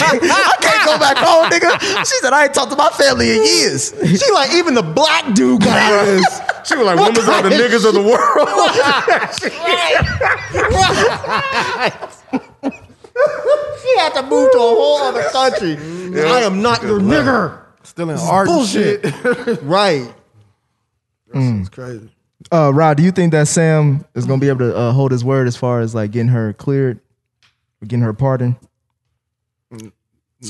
S6: can't go back home, nigga." She said, "I ain't talked to my family in years."
S8: she like even the black dude got out of this.
S3: She was like, "Women are the niggas of the world."
S8: She had to move to a whole other country. I am not your nigger.
S9: Still in art. and
S8: Bullshit.
S9: shit.
S8: Right.
S9: It's crazy.
S6: Uh, Rod, do you think that Sam is gonna be able to uh, hold his word as far as like getting her cleared, getting her pardon?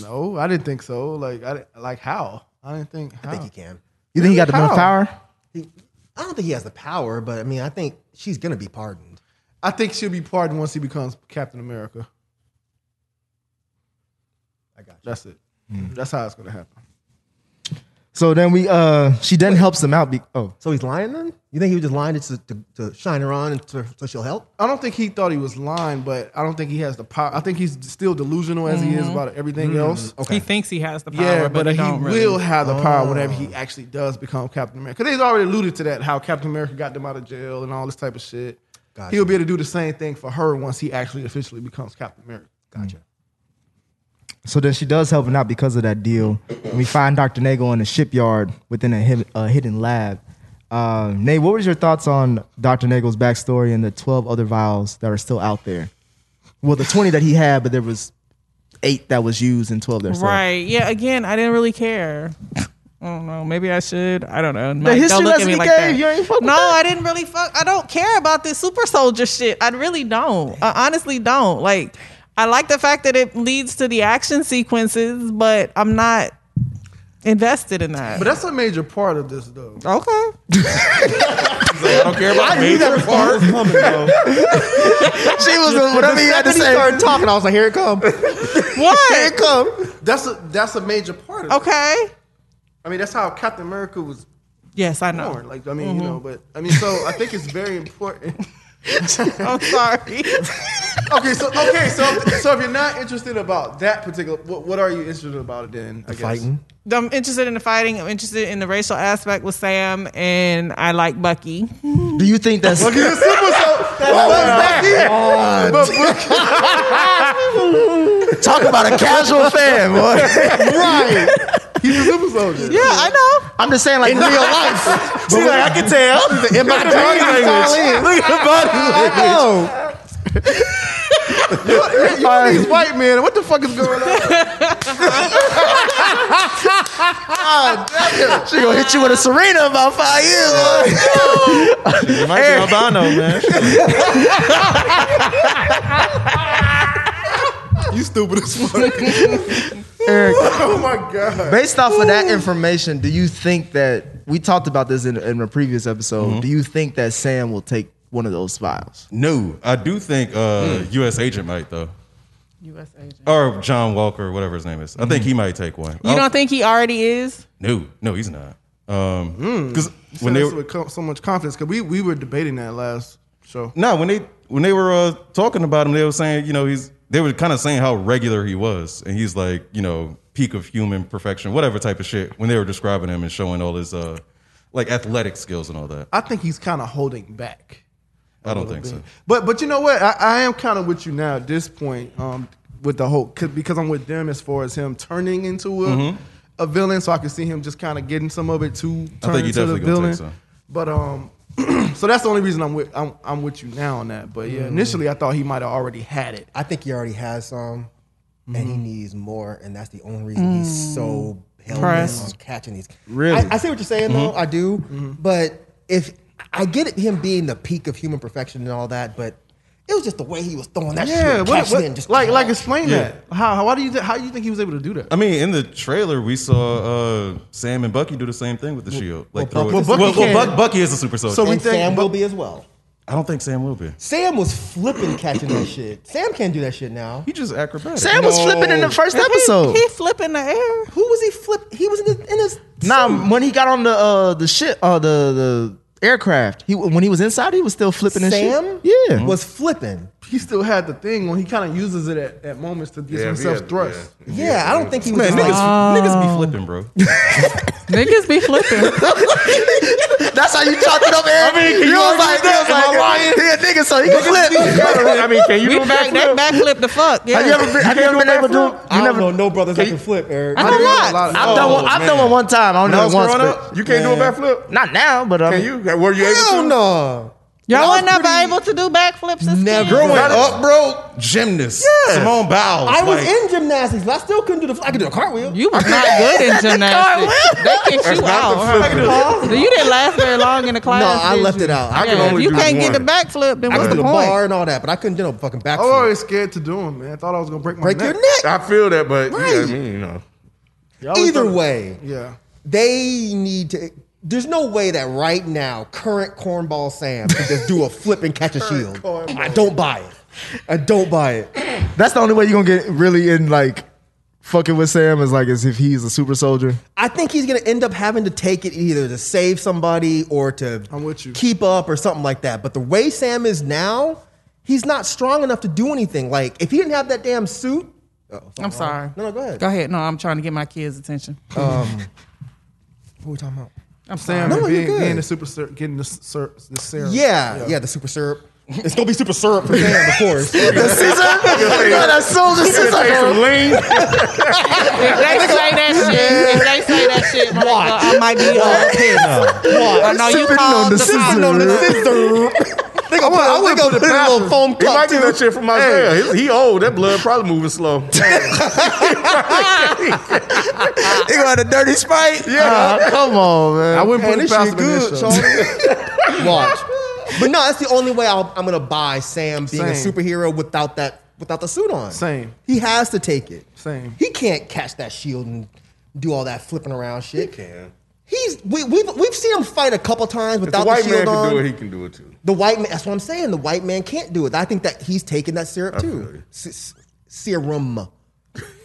S9: No, I didn't think so. Like I didn't- like how? I didn't think. How?
S8: I think he can.
S6: You think he got the enough power?
S8: I don't think he has the power, but I mean, I think she's gonna be pardoned.
S9: I think she'll be pardoned once he becomes Captain America.
S8: I got you.
S9: That's it. That's how it's gonna happen.
S6: So then we, uh, she then helps them out. Be- oh,
S8: So he's lying then? You think he was just lying to, to, to shine her on and to, so she'll help?
S9: I don't think he thought he was lying, but I don't think he has the power. I think he's still delusional as he is about everything else.
S10: Mm-hmm. He thinks he has the power,
S9: Yeah,
S10: but,
S9: but,
S10: he,
S9: he
S10: don't really. Oh.
S9: will have the power whenever he actually does become Captain America. Because they've already alluded to that, how Captain America got them out of jail and all this type of shit. He'll be able to do the same thing for her once he actually officially becomes Captain America.
S8: Gotcha.
S6: so then she does help him out because of that deal. And we find Dr. Nagel in the shipyard within a, hid- a hidden lab. Uh, Nate, what was your thoughts on Dr. Nagel's backstory and the 12 other vials that are still out there? Well, the 20 that he had, but there was eight that was used and 12 that are still out there.
S10: Right. Yeah. Again, I didn't really care. I don't know. Maybe I should. I don't know. Mike,
S6: history
S10: don't look at
S6: lesson
S10: me
S6: he
S10: like
S6: gave,
S10: that.
S6: you ain't fuck with
S10: no,
S6: that?
S10: I didn't really fuck. I don't care about this super soldier shit. I really don't. I honestly don't. Like, I like the fact that it leads to the action sequences, but I'm not invested in that.
S9: But that's a major part of this, though.
S10: okay.
S7: I don't care about me.
S6: She was a, whatever he had to say.
S8: started talking. I was like, here it comes.
S10: What?
S8: come.
S9: That's a that's a major part of it.
S10: Okay.
S9: I mean, that's how Captain America was
S10: Yes, I
S9: born.
S10: know.
S9: Like, I mean,
S3: Mm-hmm.
S9: you know, but I mean, so I think it's very important.
S10: I'm sorry.
S9: okay, so okay, so so if you're not interested about that particular, what, what are you interested about it then? I guess.
S8: Fighting.
S10: I'm interested in the fighting. I'm interested in the racial aspect with Sam, and I like Bucky.
S6: Do you think that's
S9: Look at the super so. What was that? But Bucky,
S6: talk about a casual fan, boy?
S9: he's a super soldier.
S10: Yeah, I know.
S6: I'm just saying, like real life. She's like, I can tell.
S8: In my body language. Look at the body language.
S9: You know, these white men. What the fuck is going on?
S6: She gonna hit you with a Serena in about five years. boy.
S7: It might be Albano, man.
S9: you stupid as fuck. Oh my god.
S6: Based off of that information, do you think that we talked about this in, in a previous episode? Do you think that Sam will take one of those files?
S7: No, I do think uh, U.S. agent might though,
S10: U.S. agent.
S7: or John Walker, whatever his name is. I think he might take one. Oh,
S10: You
S8: Oh.
S10: don't think he already is?
S7: No, no, he's not. Um, because
S9: When
S7: when they
S9: they
S7: were,
S9: with co- so much confidence, because we we were debating that last show.
S7: no, when they when they were uh, talking about him, they were saying, you know, he's they were kind of saying how regular he was, and he's like, you know, peak of human perfection, whatever type of shit. When they were describing him and showing all his uh, like athletic skills and all that,
S9: I think he's kind of holding back.
S7: I don't think so.
S9: But but you know what? I, I am kind of with you now at this point. Um, with the whole cause, because I'm with them as far as him turning into a, a villain, so I can see him just kind of getting some of it to turn
S7: Mm-hmm. I think he
S9: into the
S7: definitely gonna
S9: villain.
S7: take some.
S9: But um, so that's the only reason I'm with I'm, I'm with you now on that. But
S7: Mm.
S9: yeah, initially I thought he might have already had it.
S8: I think he already has some, and
S9: Mm-hmm.
S8: he needs more, and that's the only reason he's so hell bent on
S10: Pressed.
S8: catching these.
S6: Really?
S8: I, I see what you're saying,
S9: Mm-hmm.
S8: though. I do, but if I get it, him being the peak of human perfection and all that, but it was just the way he was throwing that shit,
S9: Yeah,
S8: and
S9: what,
S8: catching
S9: what-
S8: it and just
S9: like like explain
S7: Yeah. Uh,
S9: that. How how why do you th- how do you think he was able to do that?
S7: I mean, in the trailer, we saw uh, Sam and Bucky do the same thing with the shield. Like,
S8: Buck-
S7: throw it- well,
S8: well,
S9: Bucky
S7: Bucky, well,
S9: can.
S7: Buck, Bucky is a super soldier.
S9: So we
S8: and
S9: think-
S8: Sam will be as well.
S7: I don't think Sam will be.
S8: Sam was flipping catching that shit. Sam can't do that shit now.
S7: He just acrobatic.
S6: Sam was flipping in the first episode.
S10: He, he flipping the air.
S8: Who was he flip? He was in his. In his
S6: nah, when he got on the uh, the ship, uh, the the aircraft, he when he was inside, he was still flipping his shit.
S8: Sam Mm-hmm.
S6: Yeah.
S9: Mhm.
S8: was flipping.
S9: He still had the thing when he kind of uses it at, at moments to get
S3: Yeah, if he
S9: himself
S3: had-
S9: thrust.
S3: yeah.
S8: Yeah, I don't think he was.
S7: Man,
S8: like-
S7: niggas, niggas be flipping, bro.
S10: Niggas be flipping.
S6: That's how you chopped it up, Eric.
S7: I mean, can
S6: you
S7: you
S6: was
S7: argue
S6: like,
S7: with
S6: he was
S7: that? Am I
S6: like,
S7: lying?
S6: he a nigga, so he can flip.
S3: I mean, can you
S10: we
S3: do a
S10: back,
S3: backflip?
S10: that backflip the fuck. Yeah.
S6: Have you ever been, have you ever been able to? do-
S8: I
S6: You
S8: don't
S6: never.
S8: know no brothers that can flip, Eric.
S10: I don't
S9: Yeah, a lot
S10: lie.
S9: of-
S6: I've
S3: Oh.
S6: done one. I've done one one time. I only
S7: I
S6: done
S7: was
S6: it once,
S7: growing
S6: but
S7: up.
S3: You can't do a backflip.
S6: not now. But um, I
S3: Can
S6: mean,
S3: you? Were you able
S8: Hell
S3: to?
S8: no.
S10: Y'all were
S8: was
S10: never
S8: pretty-
S10: able to do backflips as
S8: Never.
S10: kids?
S7: Growing up, bro, gymnast. Simone Biles.
S8: I was
S7: like,
S8: in gymnastics, but I still couldn't do the. fl- I could do a cartwheel.
S10: You was not good in gymnastics. they kicked you out. So you didn't last very long in the class.
S8: I
S10: did
S8: left
S10: you?
S8: it out. I
S10: yeah,
S3: can only
S10: if you
S3: do
S10: can't get the
S3: one.
S10: backflip, then
S8: I
S10: what's
S8: could
S10: the
S8: do the
S10: point?
S8: bar and all that, but I couldn't do no fucking
S9: I was
S8: backflip.
S9: always scared to do him, man. I thought I was gonna break my
S8: Break
S9: neck.
S8: your neck.
S3: I feel that, but you know
S8: Right.
S3: what I mean, you know.
S8: Either way,
S9: Yeah.
S8: they need to. There's no way that right now, current cornball Sam can just do a flip and catch a shield. I don't buy it. I don't buy it.
S6: that's the only way you're gonna get really in like fucking with Sam is like as if he's a super soldier.
S8: I think he's gonna end up having to take it either to save somebody or to
S9: I'm with you.
S8: keep up or something like that. But the way Sam is now, he's not strong enough to do anything. Like if he didn't have that damn suit,
S10: I'm sorry.
S8: no, no, go ahead. Um,
S10: Go ahead. No, I'm trying to get my kids' attention.
S8: What are we talking about?
S10: I'm
S9: Sam
S10: sorry.
S8: No,
S9: and
S8: you're
S9: being,
S8: good.
S9: getting the super ser- getting the, ser- the serum.
S8: Yeah, yeah, the super syrup. It's gonna be super syrup for Sam, of course.
S6: that soldier
S3: Take some lean.
S10: If they say that shit, if they say that shit, Marika, I might be uh, pissed. I know you
S6: Sipping on
S10: called
S6: the
S10: the
S6: scissor.
S10: cop.
S8: no, no, no, syrup. They gonna put, a- they gonna put a little foam
S3: He might
S8: cup
S3: do that
S8: too.
S3: shit from Isaiah. He, he old. That blood probably moving slow.
S6: They gonna have a dirty sprite. Yeah, come on, man.
S9: I wouldn't
S8: Man,
S9: put it
S8: this
S9: past
S8: shit
S9: him in
S8: good,
S9: this show.
S8: Charlie. Watch. But no, that's the only way I'll, I'm gonna buy Sam being a
S9: Same.
S8: superhero without that without the suit on.
S9: Same.
S8: He has to take it.
S9: Same.
S8: He can't catch that shield and do all that flipping around shit.
S3: can.
S8: He's we we've we've seen him fight a couple times
S3: If the
S8: without
S3: white
S8: the
S3: man
S8: shield
S3: can
S8: on.
S3: do it, he can do it too.
S8: The white man. That's what I'm saying. The white man can't do it. I think that he's taking that syrup
S3: feel you.
S8: too. S- s- serum.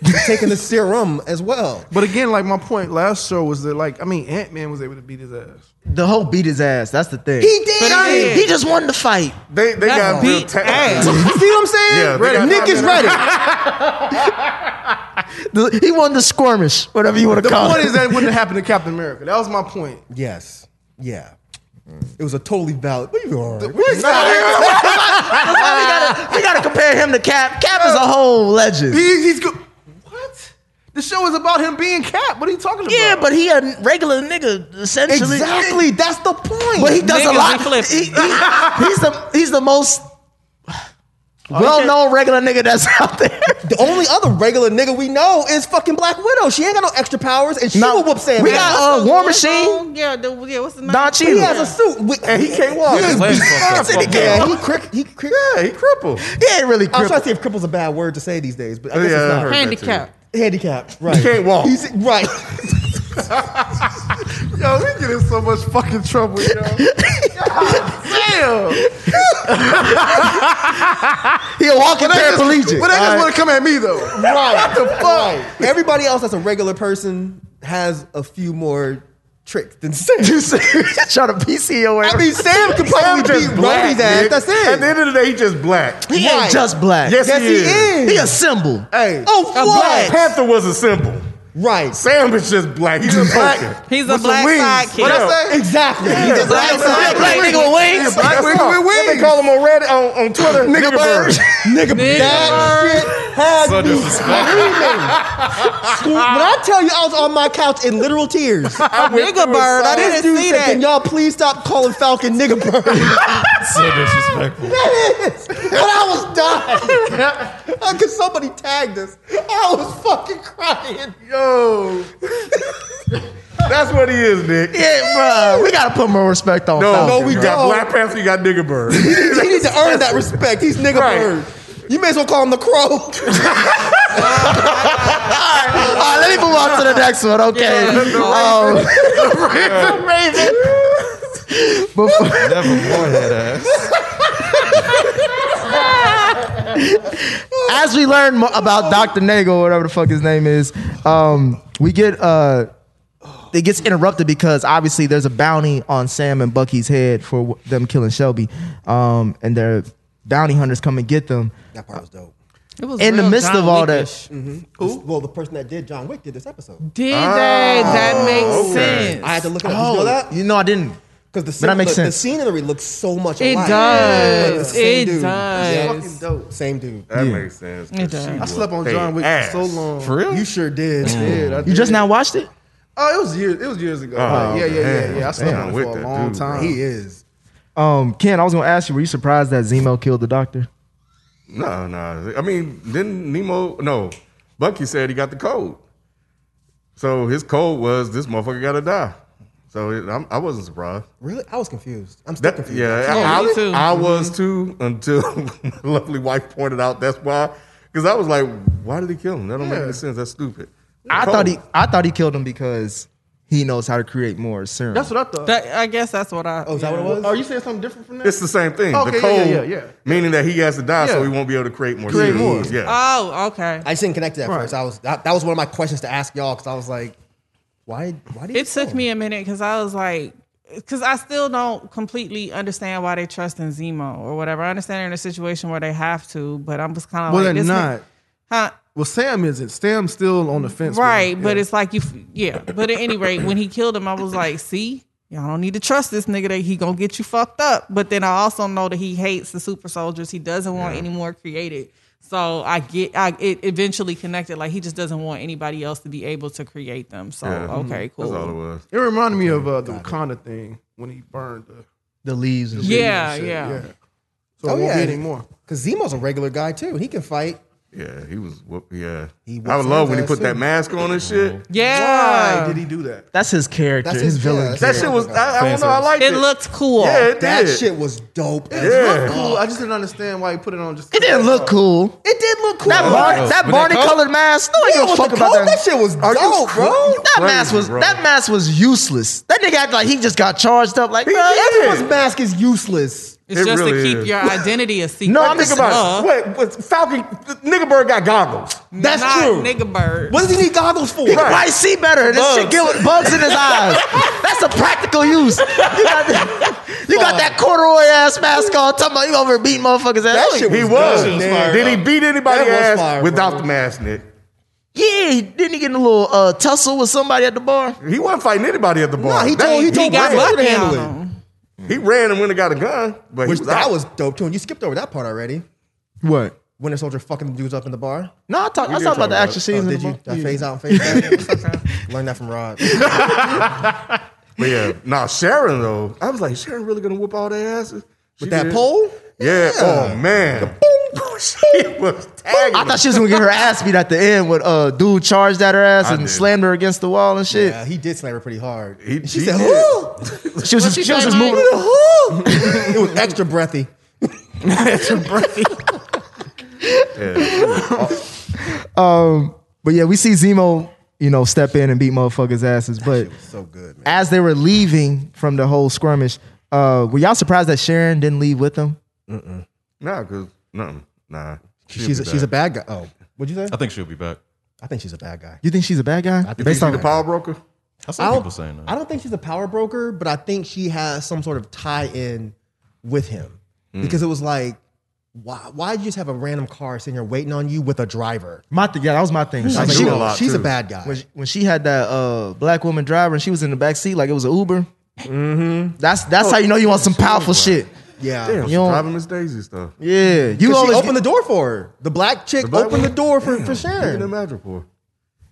S8: He's taking the serum as well.
S9: But again, like my point last show was that like I mean Ant Man was able to beat his ass.
S6: The whole beat his ass. That's the thing.
S8: He did.
S10: But he did. He
S8: just wanted to fight.
S3: They they got real
S10: beat ass.
S3: tactics.
S8: You see what I'm saying?
S3: Yeah, they got
S8: Nick is ready.
S6: he wanted to squirmish, whatever you want
S9: The point is that it wouldn't happen to Captain America. That was my point.
S8: yes. Yeah. It was a totally valid. What you all right?
S6: we gotta compare him to Cap. Cap is a whole legend.
S9: He, he's good. What? The show is about him being Cap. What are you talking about?
S6: yeah, but he a regular nigga essentially.
S8: Exactly. That's the point.
S6: But he does
S10: Niggas
S6: a
S10: and
S6: lot.
S10: flippers.
S6: He- he- he's the he's the most well-known regular nigga that's out there.
S8: the only other regular nigga we know is fucking Black Widow. She ain't got no extra powers, and she
S6: No,
S8: will whoop Sam.
S6: we
S8: ass.
S6: got, uh, War Machine?
S10: Yeah, the, yeah, what's the name?
S6: Don
S8: he
S6: Cheadle.
S8: has a suit, we- and he can't walk.
S7: His legs fucked up.
S8: Yeah, he crick. He crick.
S3: Yeah, he crippled.
S6: He ain't really
S8: I was trying
S6: crippled.
S8: to see if cripple's a bad word to say these days, but I guess
S3: Yeah, I
S8: it's not.
S3: heard that too.
S10: Handicap.
S8: Handicapped, right?
S3: can't walk.
S8: He's, right.
S9: yo, we get in so much fucking trouble, yo. God damn.
S6: He a walking paraplegic.
S9: But they just want to come at me though.
S8: right. the fuck? Everybody else that's a regular person has a few more tricks than Sam.
S6: try to PC your way.
S8: I mean, Sam could
S3: Sam
S8: probably beat
S3: just black.
S8: Rhodey's ass.
S3: nigga.
S8: That's
S3: At the
S8: it.
S3: end of the day, he just black.
S6: he
S8: Right.
S6: ain't just black.
S3: Yes,
S8: Yes,
S3: he,
S8: he
S3: is.
S8: is.
S6: He a symbol.
S8: Hey.
S6: Oh,
S8: A
S6: what?
S8: black-
S3: Panther was a symbol.
S8: Right.
S3: Sam is just black. He's just black.
S10: He's a black sidekick.
S3: What I say?
S8: Exactly. He's a black
S6: Black, black,
S8: side.
S6: black nigga with wings.
S3: Black
S9: nigga with
S3: They
S9: wings.
S3: call him on Reddit on, on Twitter.
S6: Nigga bird.
S8: Nigga, that shit had
S7: So
S8: me
S7: disrespectful.
S8: screaming. When I tell you I was on my couch in literal tears.
S10: Nigga bird. I
S8: This
S10: didn't
S8: dude
S10: see
S8: said, can
S10: that.
S8: y'all please stop calling Falcon nigga bird?
S7: So disrespectful.
S8: That is. But I was dying. Because somebody tagged us. I was fucking crying.
S3: Yo. That's what he is, Nick.
S6: Yeah, bro. We gotta put more respect on.
S3: No,
S6: Falcon,
S3: no, we
S6: bro.
S3: got Black Panther, you got Nigga Bird.
S8: He needs to earn that respect. He's nigga
S3: Right.
S8: bird. You may as well call him the crow.
S6: All right, let me move on to the next one. Okay. Um, Before,
S7: Never wore that ass.
S6: as we learn more about Dr. Nagel, whatever the fuck his name is, um, we get uh, it gets interrupted because obviously there's a bounty on Sam and Bucky's head for w- them killing Shelby, um, and their bounty hunters come and get them.
S8: That part was dope.
S10: It was
S6: In the
S10: real
S6: midst
S10: John
S6: of all
S10: Wickish.
S8: Well, the person that did John Wick did this episode.
S10: Did they? That makes sense.
S8: I had to look it up. Did you know that?
S6: Oh, you know I didn't.
S8: Because the,
S6: that
S8: scen-
S6: makes
S8: the, the
S6: sense.
S8: scenery looks so much
S10: It
S8: alike.
S10: does.
S8: Like, the same
S10: It
S8: dude.
S10: does.
S8: Yeah.
S9: Fucking dope.
S8: Same dude.
S3: That makes sense. 'cause
S10: It does.
S3: she
S10: I
S3: whooped
S9: Slept on
S3: they
S9: John Wick for
S3: ass.
S9: so long.
S7: For real?
S8: You sure did.
S9: Yeah, that
S6: You
S9: did.
S6: just now watched it?
S9: Oh, it was years. It was years ago.
S3: Oh,
S9: yeah, yeah, yeah,
S3: damn.
S9: yeah. I slept
S3: Damn,
S9: on it
S3: with
S9: for a
S3: that
S9: long
S3: dude,
S9: time.
S3: bro.
S8: He is.
S6: Um, Ken, I was gonna ask you, were you surprised that Zemo killed the doctor?
S3: No, no. I mean, didn't Nemo? No, Bucky said he got the code. So his code was this motherfucker got to die. So it, I'm, I wasn't surprised.
S8: Really? I was confused. I'm still
S3: That-
S8: confused.
S3: yeah,
S10: Yeah,
S3: I, "Oh,
S10: me too.
S3: I was too until my lovely wife pointed out that's why. Because I was like, why did he kill him? That don't make any sense. That's stupid.
S6: I
S3: Code.
S6: thought he I thought he killed him because he knows how to create more serum.
S9: That's what I thought.
S10: That, I guess that's what I.
S8: Oh, is that what it was?
S9: Are you saying something different from that?
S3: It's the same thing.
S9: Okay,
S3: the
S9: yeah,
S3: cold,
S9: yeah, yeah, yeah.
S3: meaning that he has to die, so he
S9: Yeah.
S3: won't be able to create more.
S9: Create
S3: seeds.
S9: more.
S3: Yeah.
S10: Oh, okay.
S8: I just didn't connect to that
S9: Right.
S8: first. I was that, that was one of my questions to ask y'all because I was like, why? Why did
S10: It took me a minute because I was like, because I still don't completely understand why they trust in Zemo or whatever. I understand they're in a situation where they have to, but I'm just kind of
S9: Well,
S10: like,
S9: they're
S10: this
S9: not.
S10: nigga- huh?
S9: Well, Sam isn't. Sam's still on the fence. with him.
S10: Right, but
S9: Yeah.
S10: it's like you, f- yeah. But at any rate, when he killed him, I was like, see, y'all don't need to trust this nigga that he gonna get you fucked up. But then I also know that he hates the super soldiers. He doesn't want any more created. So I get, I it eventually connected. Like he just doesn't want anybody else to be able to create them. So okay, cool.
S3: That's all it was.
S9: It reminded me of uh, the Wakanda thing when he burned the.
S8: the leaves? And
S10: yeah, yeah,
S9: So it
S8: Oh,
S9: won't
S8: yeah.
S9: be anymore.
S8: because Zemo's a regular guy too. He can fight.
S3: Yeah, he was. whoop- Yeah,
S8: He
S3: I
S8: whooped
S3: would love when he
S8: his
S3: put
S8: ass,
S3: that
S8: too.
S3: mask on and
S10: Oh,
S3: shit.
S10: yeah.
S9: Why did he do that?
S6: That's his character.
S8: That's
S6: his,
S8: his-
S6: villain.
S8: yeah, that's
S3: That
S8: his
S6: character.
S3: shit was. I, I don't know. I
S7: Fanservice.
S3: liked it.
S10: it looked cool.
S3: Yeah, it
S8: That
S3: did.
S8: shit was dope. as
S9: It
S3: Yeah.
S9: looked
S8: fuck.
S9: cool. I just didn't understand why he put it on. Just
S6: It didn't look cool.
S8: It did look cool.
S6: That Barney,
S7: was-
S6: that
S7: when
S6: Barney
S7: that coat-
S6: colored mask. No one
S8: Yeah,
S6: gives a
S8: with
S6: fuck
S8: the
S6: about
S8: coat,
S6: that.
S8: that shit was dope, bro.
S6: That
S3: crazy,
S6: mask was
S3: bro.
S6: that mask was useless. That nigga acted like he just got charged up. Like, bro,
S8: Everyone's mask is useless.
S10: It's
S3: It
S10: just
S3: really
S10: to keep
S3: is.
S10: your identity a secret.
S3: No, I'm thinking
S10: Duh.
S3: about it. What, what Falcon? Nigga Bird got goggles.
S8: That's
S10: Not
S8: true.
S10: Nigga bird.
S8: What does he need goggles for?
S6: Why Probably see better. This shit
S8: Bugs.
S6: get with bugs in his eyes. That's a practical use. You got, you got that corduroy ass mask on. Talking about you over here beating motherfuckers ass.
S8: That
S6: Like,
S8: shit
S3: He
S8: was
S3: was.
S8: dope, man.
S3: Did he beat anybody
S8: That was
S3: ass
S8: fire,
S3: without
S8: bro.
S3: the mask, Nick?
S6: yeah, he- didn't he get in a little uh, tussle with somebody at the bar?
S3: He wasn't fighting anybody at the bar.
S8: Nah, he
S3: That-
S8: told he
S10: he
S8: told
S10: got
S8: Brandon to
S10: lucky
S8: handle
S10: on
S8: it.
S10: him.
S3: he ran and went and got a gun. But he
S8: Which
S3: was
S8: that
S3: out.
S8: was dope too. And you skipped over that part already.
S6: What?
S8: Winter Soldier fucking dudes up in the bar.
S6: No, I talk, I talk about the action
S8: Oh,
S6: scenes. in
S8: did
S6: the
S8: you
S6: bar.
S8: that phase out and phase back? Learn that from Rod.
S3: But yeah, nah, Sharon though, I was like, Sharon really gonna whoop all their asses
S8: With that pole?
S3: Yeah. Oh man. she was tagging.
S6: I thought she was gonna get her ass beat at the end when uh dude charged at her ass
S3: I
S6: and
S3: did.
S6: slammed her against the wall and shit.
S8: Yeah, he did snipe her pretty hard.
S3: He-
S8: she
S3: he
S8: said,
S3: did.
S8: "Whoo!"
S6: She was just,
S10: she
S6: she was
S10: say,
S6: just
S10: Mike?
S6: moving.
S8: it was extra breathy.
S6: But yeah, we see Zemo, you know, step in and beat motherfuckers' asses. But
S8: So good, man.
S6: as they were leaving from the whole skirmish, uh, were y'all surprised that Sharon didn't leave with them?
S3: nah, cause nothing. Nah.
S8: She's a, she's a bad guy. Oh, what'd you say?
S7: I think she'll be back.
S8: I think she's a bad guy.
S6: You think she's a bad guy?
S8: think
S6: Based
S8: she's
S6: on
S3: the power broker.
S7: I
S8: I
S7: saw
S8: don't,
S7: people saying that.
S8: I don't think she's a power broker, but I think she has some sort of tie in with him because it was like, why? Why did you just have a random car sitting here waiting on you with a driver?
S6: my th- yeah, that was my thing.
S8: I
S6: Like,
S8: was
S3: do
S8: like,
S3: a
S8: she-
S3: lot,
S8: she's a
S3: too.
S8: bad guy.
S6: when, she, when she had that uh, black woman driver and she was in the back seat like it was an Uber. That's that's how you know you want some powerful shit.
S8: yeah.
S3: Damn, she's
S6: don't-
S3: driving Miss Daisy stuff.
S6: Yeah, you
S8: She
S6: always
S8: opened the door for her. The black chick
S3: black
S8: opened
S3: woman?
S8: the door for, for
S3: Look at
S8: Sharon.
S3: them Madripoor. Can't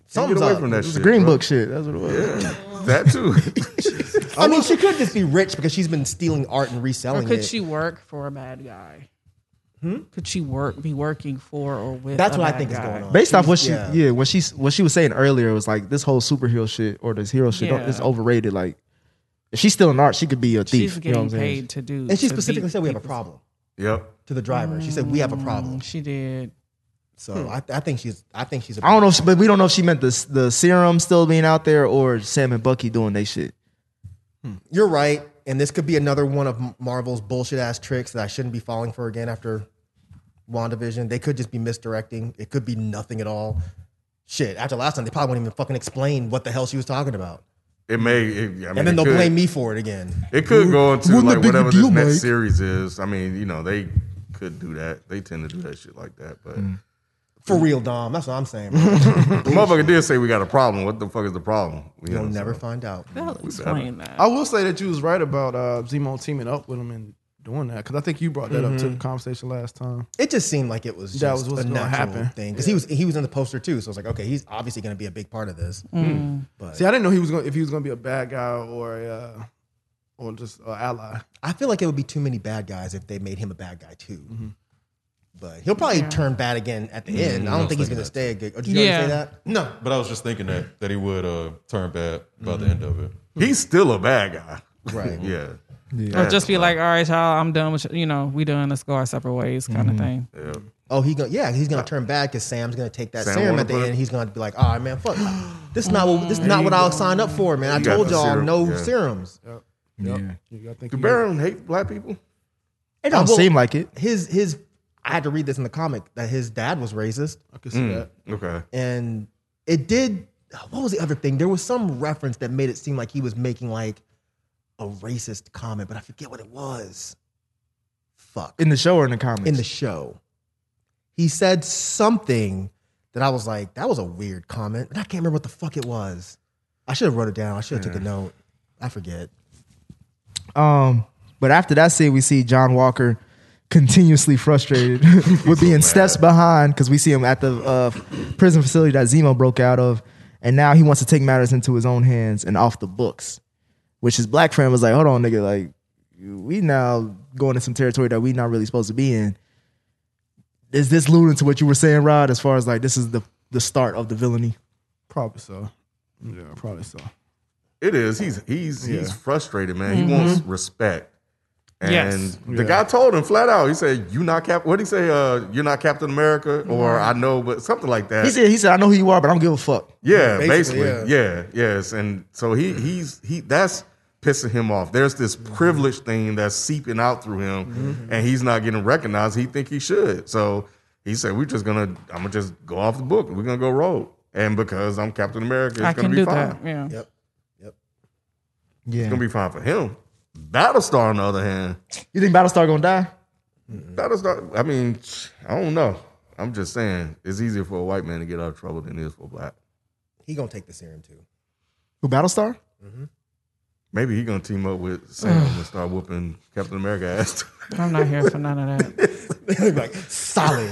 S8: Something's
S3: Get away
S8: up.
S3: from that
S6: the
S3: shit.
S6: Green
S3: bro.
S6: Book shit. That's what it was.
S3: That too.
S8: I mean, she could just be rich because she's been stealing art and
S10: Or
S8: reselling
S10: could
S8: it.
S10: she work for a bad guy? Could she work be working for or with?
S8: Hmm? That's
S10: a
S8: what I
S10: bad
S8: think is
S10: guy?
S8: going on.
S6: Based off what
S8: She's-
S6: she, yeah.
S8: yeah.
S6: what she what she was saying earlier was like this whole superhero shit or this hero shit don't,
S10: Yeah.
S6: it's overrated. Like, if she's still an art, she could be a thief.
S10: She's
S6: you know what
S10: getting
S6: I'm saying?
S10: paid to do.
S8: And she
S10: to
S8: specifically
S10: beat
S8: said we have a
S10: people.
S8: problem
S3: yep.
S8: to the driver. She said we have a problem.
S10: She did.
S8: So I, I think she's. I think she's. A
S6: I don't know, if she, but we don't know if she meant the the serum still being out there or Sam and Bucky doing they shit.
S8: You're right, and this could be another one of Marvel's bullshit ass tricks that I shouldn't be falling for again after WandaVision. They could just be misdirecting. It could be nothing at all. Shit. After last time, they probably won't even fucking explain what the hell she was talking about,
S3: It may. It, I mean,
S8: and then
S3: it
S8: they'll
S3: could-
S8: blame me for it again.
S3: It could go into
S8: wouldn't a
S3: like
S8: bigger
S3: whatever
S8: deal,
S3: this next
S8: Mike.
S3: series is. I mean, you know, they could do that. They tend to do that shit like that. But
S8: Mm. For real, Dom. That's what I'm saying. Bro.
S3: the motherfucker did say we got a problem. What the fuck is the problem? You know,
S8: You'll never
S3: so.
S8: find out.
S10: They'll explain that.
S9: I will say that you was right about uh, Zemo teaming up with him and doing that because I think you brought that up to the conversation last time.
S8: It just seemed like it was just
S9: That was what's
S8: a
S9: gonna
S8: natural
S9: happen.
S8: thing because he was he was in the poster too. So I was like, okay, he's obviously going to be a big part of this. But
S9: See, I didn't know he was going if he was going to be a bad guy or a, uh, or just an ally.
S8: I feel like it would be too many bad guys if they made him a bad guy too.
S3: Mm-hmm.
S8: But he'll probably turn bad again at the end. I don't think he's going to stay a good. Oh, did you
S10: Yeah.
S8: already say that? No.
S7: but I was just thinking that that he would uh, turn bad by the end of it.
S3: He's still a bad guy.
S8: Right.
S3: yeah.
S8: Mm-hmm.
S10: Or just be like, all right, y'all, I'm done with you. You know, we done. Let's go our separate ways, kind of thing.
S3: Yeah.
S8: Oh, he going yeah, he's gonna turn back because Sam's gonna take that
S3: Sam
S8: serum
S3: wanna
S8: at the
S3: put it-
S8: end. He's gonna be like, all right, man, fuck, this is not what this is not what I'll sign up for, man. I
S3: You got
S8: told
S3: the
S8: y'all
S3: serum,
S8: no
S3: yeah.
S8: serums.
S9: Yeah, I think
S3: Do
S9: he-
S3: Baron hate black people?
S8: It
S6: don't seem like it.
S8: His his, I had to read this in the comic that his dad was racist,
S9: I can see that.
S3: Okay.
S8: and it did. What was the other thing? There was some reference that made it seem like he was making like a racist comment, but I forget what it was. Fuck.
S6: in the show or in the comments?
S8: in the show. He said something that I was like, that was a weird comment. And I can't remember what the fuck it was. I should have wrote it down. I should have took a note. I forget.
S6: Um, but after that scene, we see John Walker continuously frustrated with being steps behind because we see him at the uh, prison facility that Zemo broke out of, and now he wants to take matters into his own hands and off the books, which his black friend was like, "Hold on, nigga, like we now going to some territory that we not really supposed to be in." Is this alluding to what you were saying, Rod? As far as like this is the the start of the villainy.
S9: Probably so. Yeah, probably so.
S3: It is. He's he's he's frustrated, man. He wants respect. And
S10: Yes.
S3: the guy told him flat out. He said, "You not cap. What did he say? Uh, you're not Captain America, or I know, but something like that."
S6: He said, "He said I know who you are, but I don't give a fuck."
S3: Yeah,
S8: Basically,
S3: basically. Yeah. yes. And so he he's he that's pissing him off. There's this privilege thing that's seeping out through him and he's not getting recognized. He think he should. So he said, We're just gonna I'm gonna just go off the book. We're gonna go road. And because I'm Captain America, it's
S10: I
S3: gonna
S10: can
S3: be
S10: do
S3: fine.
S10: that. Yeah.
S8: Yep.
S6: Yeah,
S3: It's gonna be fine for him. Battlestar, on the other hand,
S6: you think Battlestar gonna die?
S3: Mm-hmm. Battlestar. I mean, I don't know. I'm just saying, it's easier for a white man to get out of trouble than it is for a black.
S8: He gonna take the serum too.
S6: Who Battlestar?
S3: Maybe he gonna team up with Sam and start whooping Captain America ass.
S10: I'm not here for none of that.
S8: He'll be like, solid.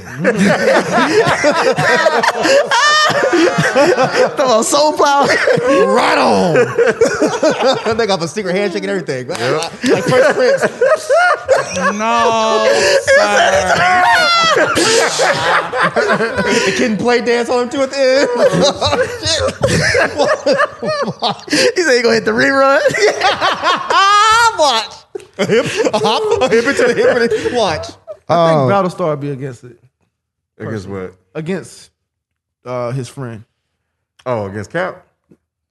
S6: Talking about Soul Plow.
S8: right on. they got a secret handshake and everything. like Fresh Prince.
S10: No, sir.
S8: The kid and play dance on him too at the end.
S6: He said he gonna hit the rerun.
S8: Watch. A hip, a hop, a hip into the hip. and a- Watch.
S9: I
S6: Oh.
S9: think Battlestar would be against it.
S3: Against what?
S9: Against uh, his friend.
S3: Oh, against Cap.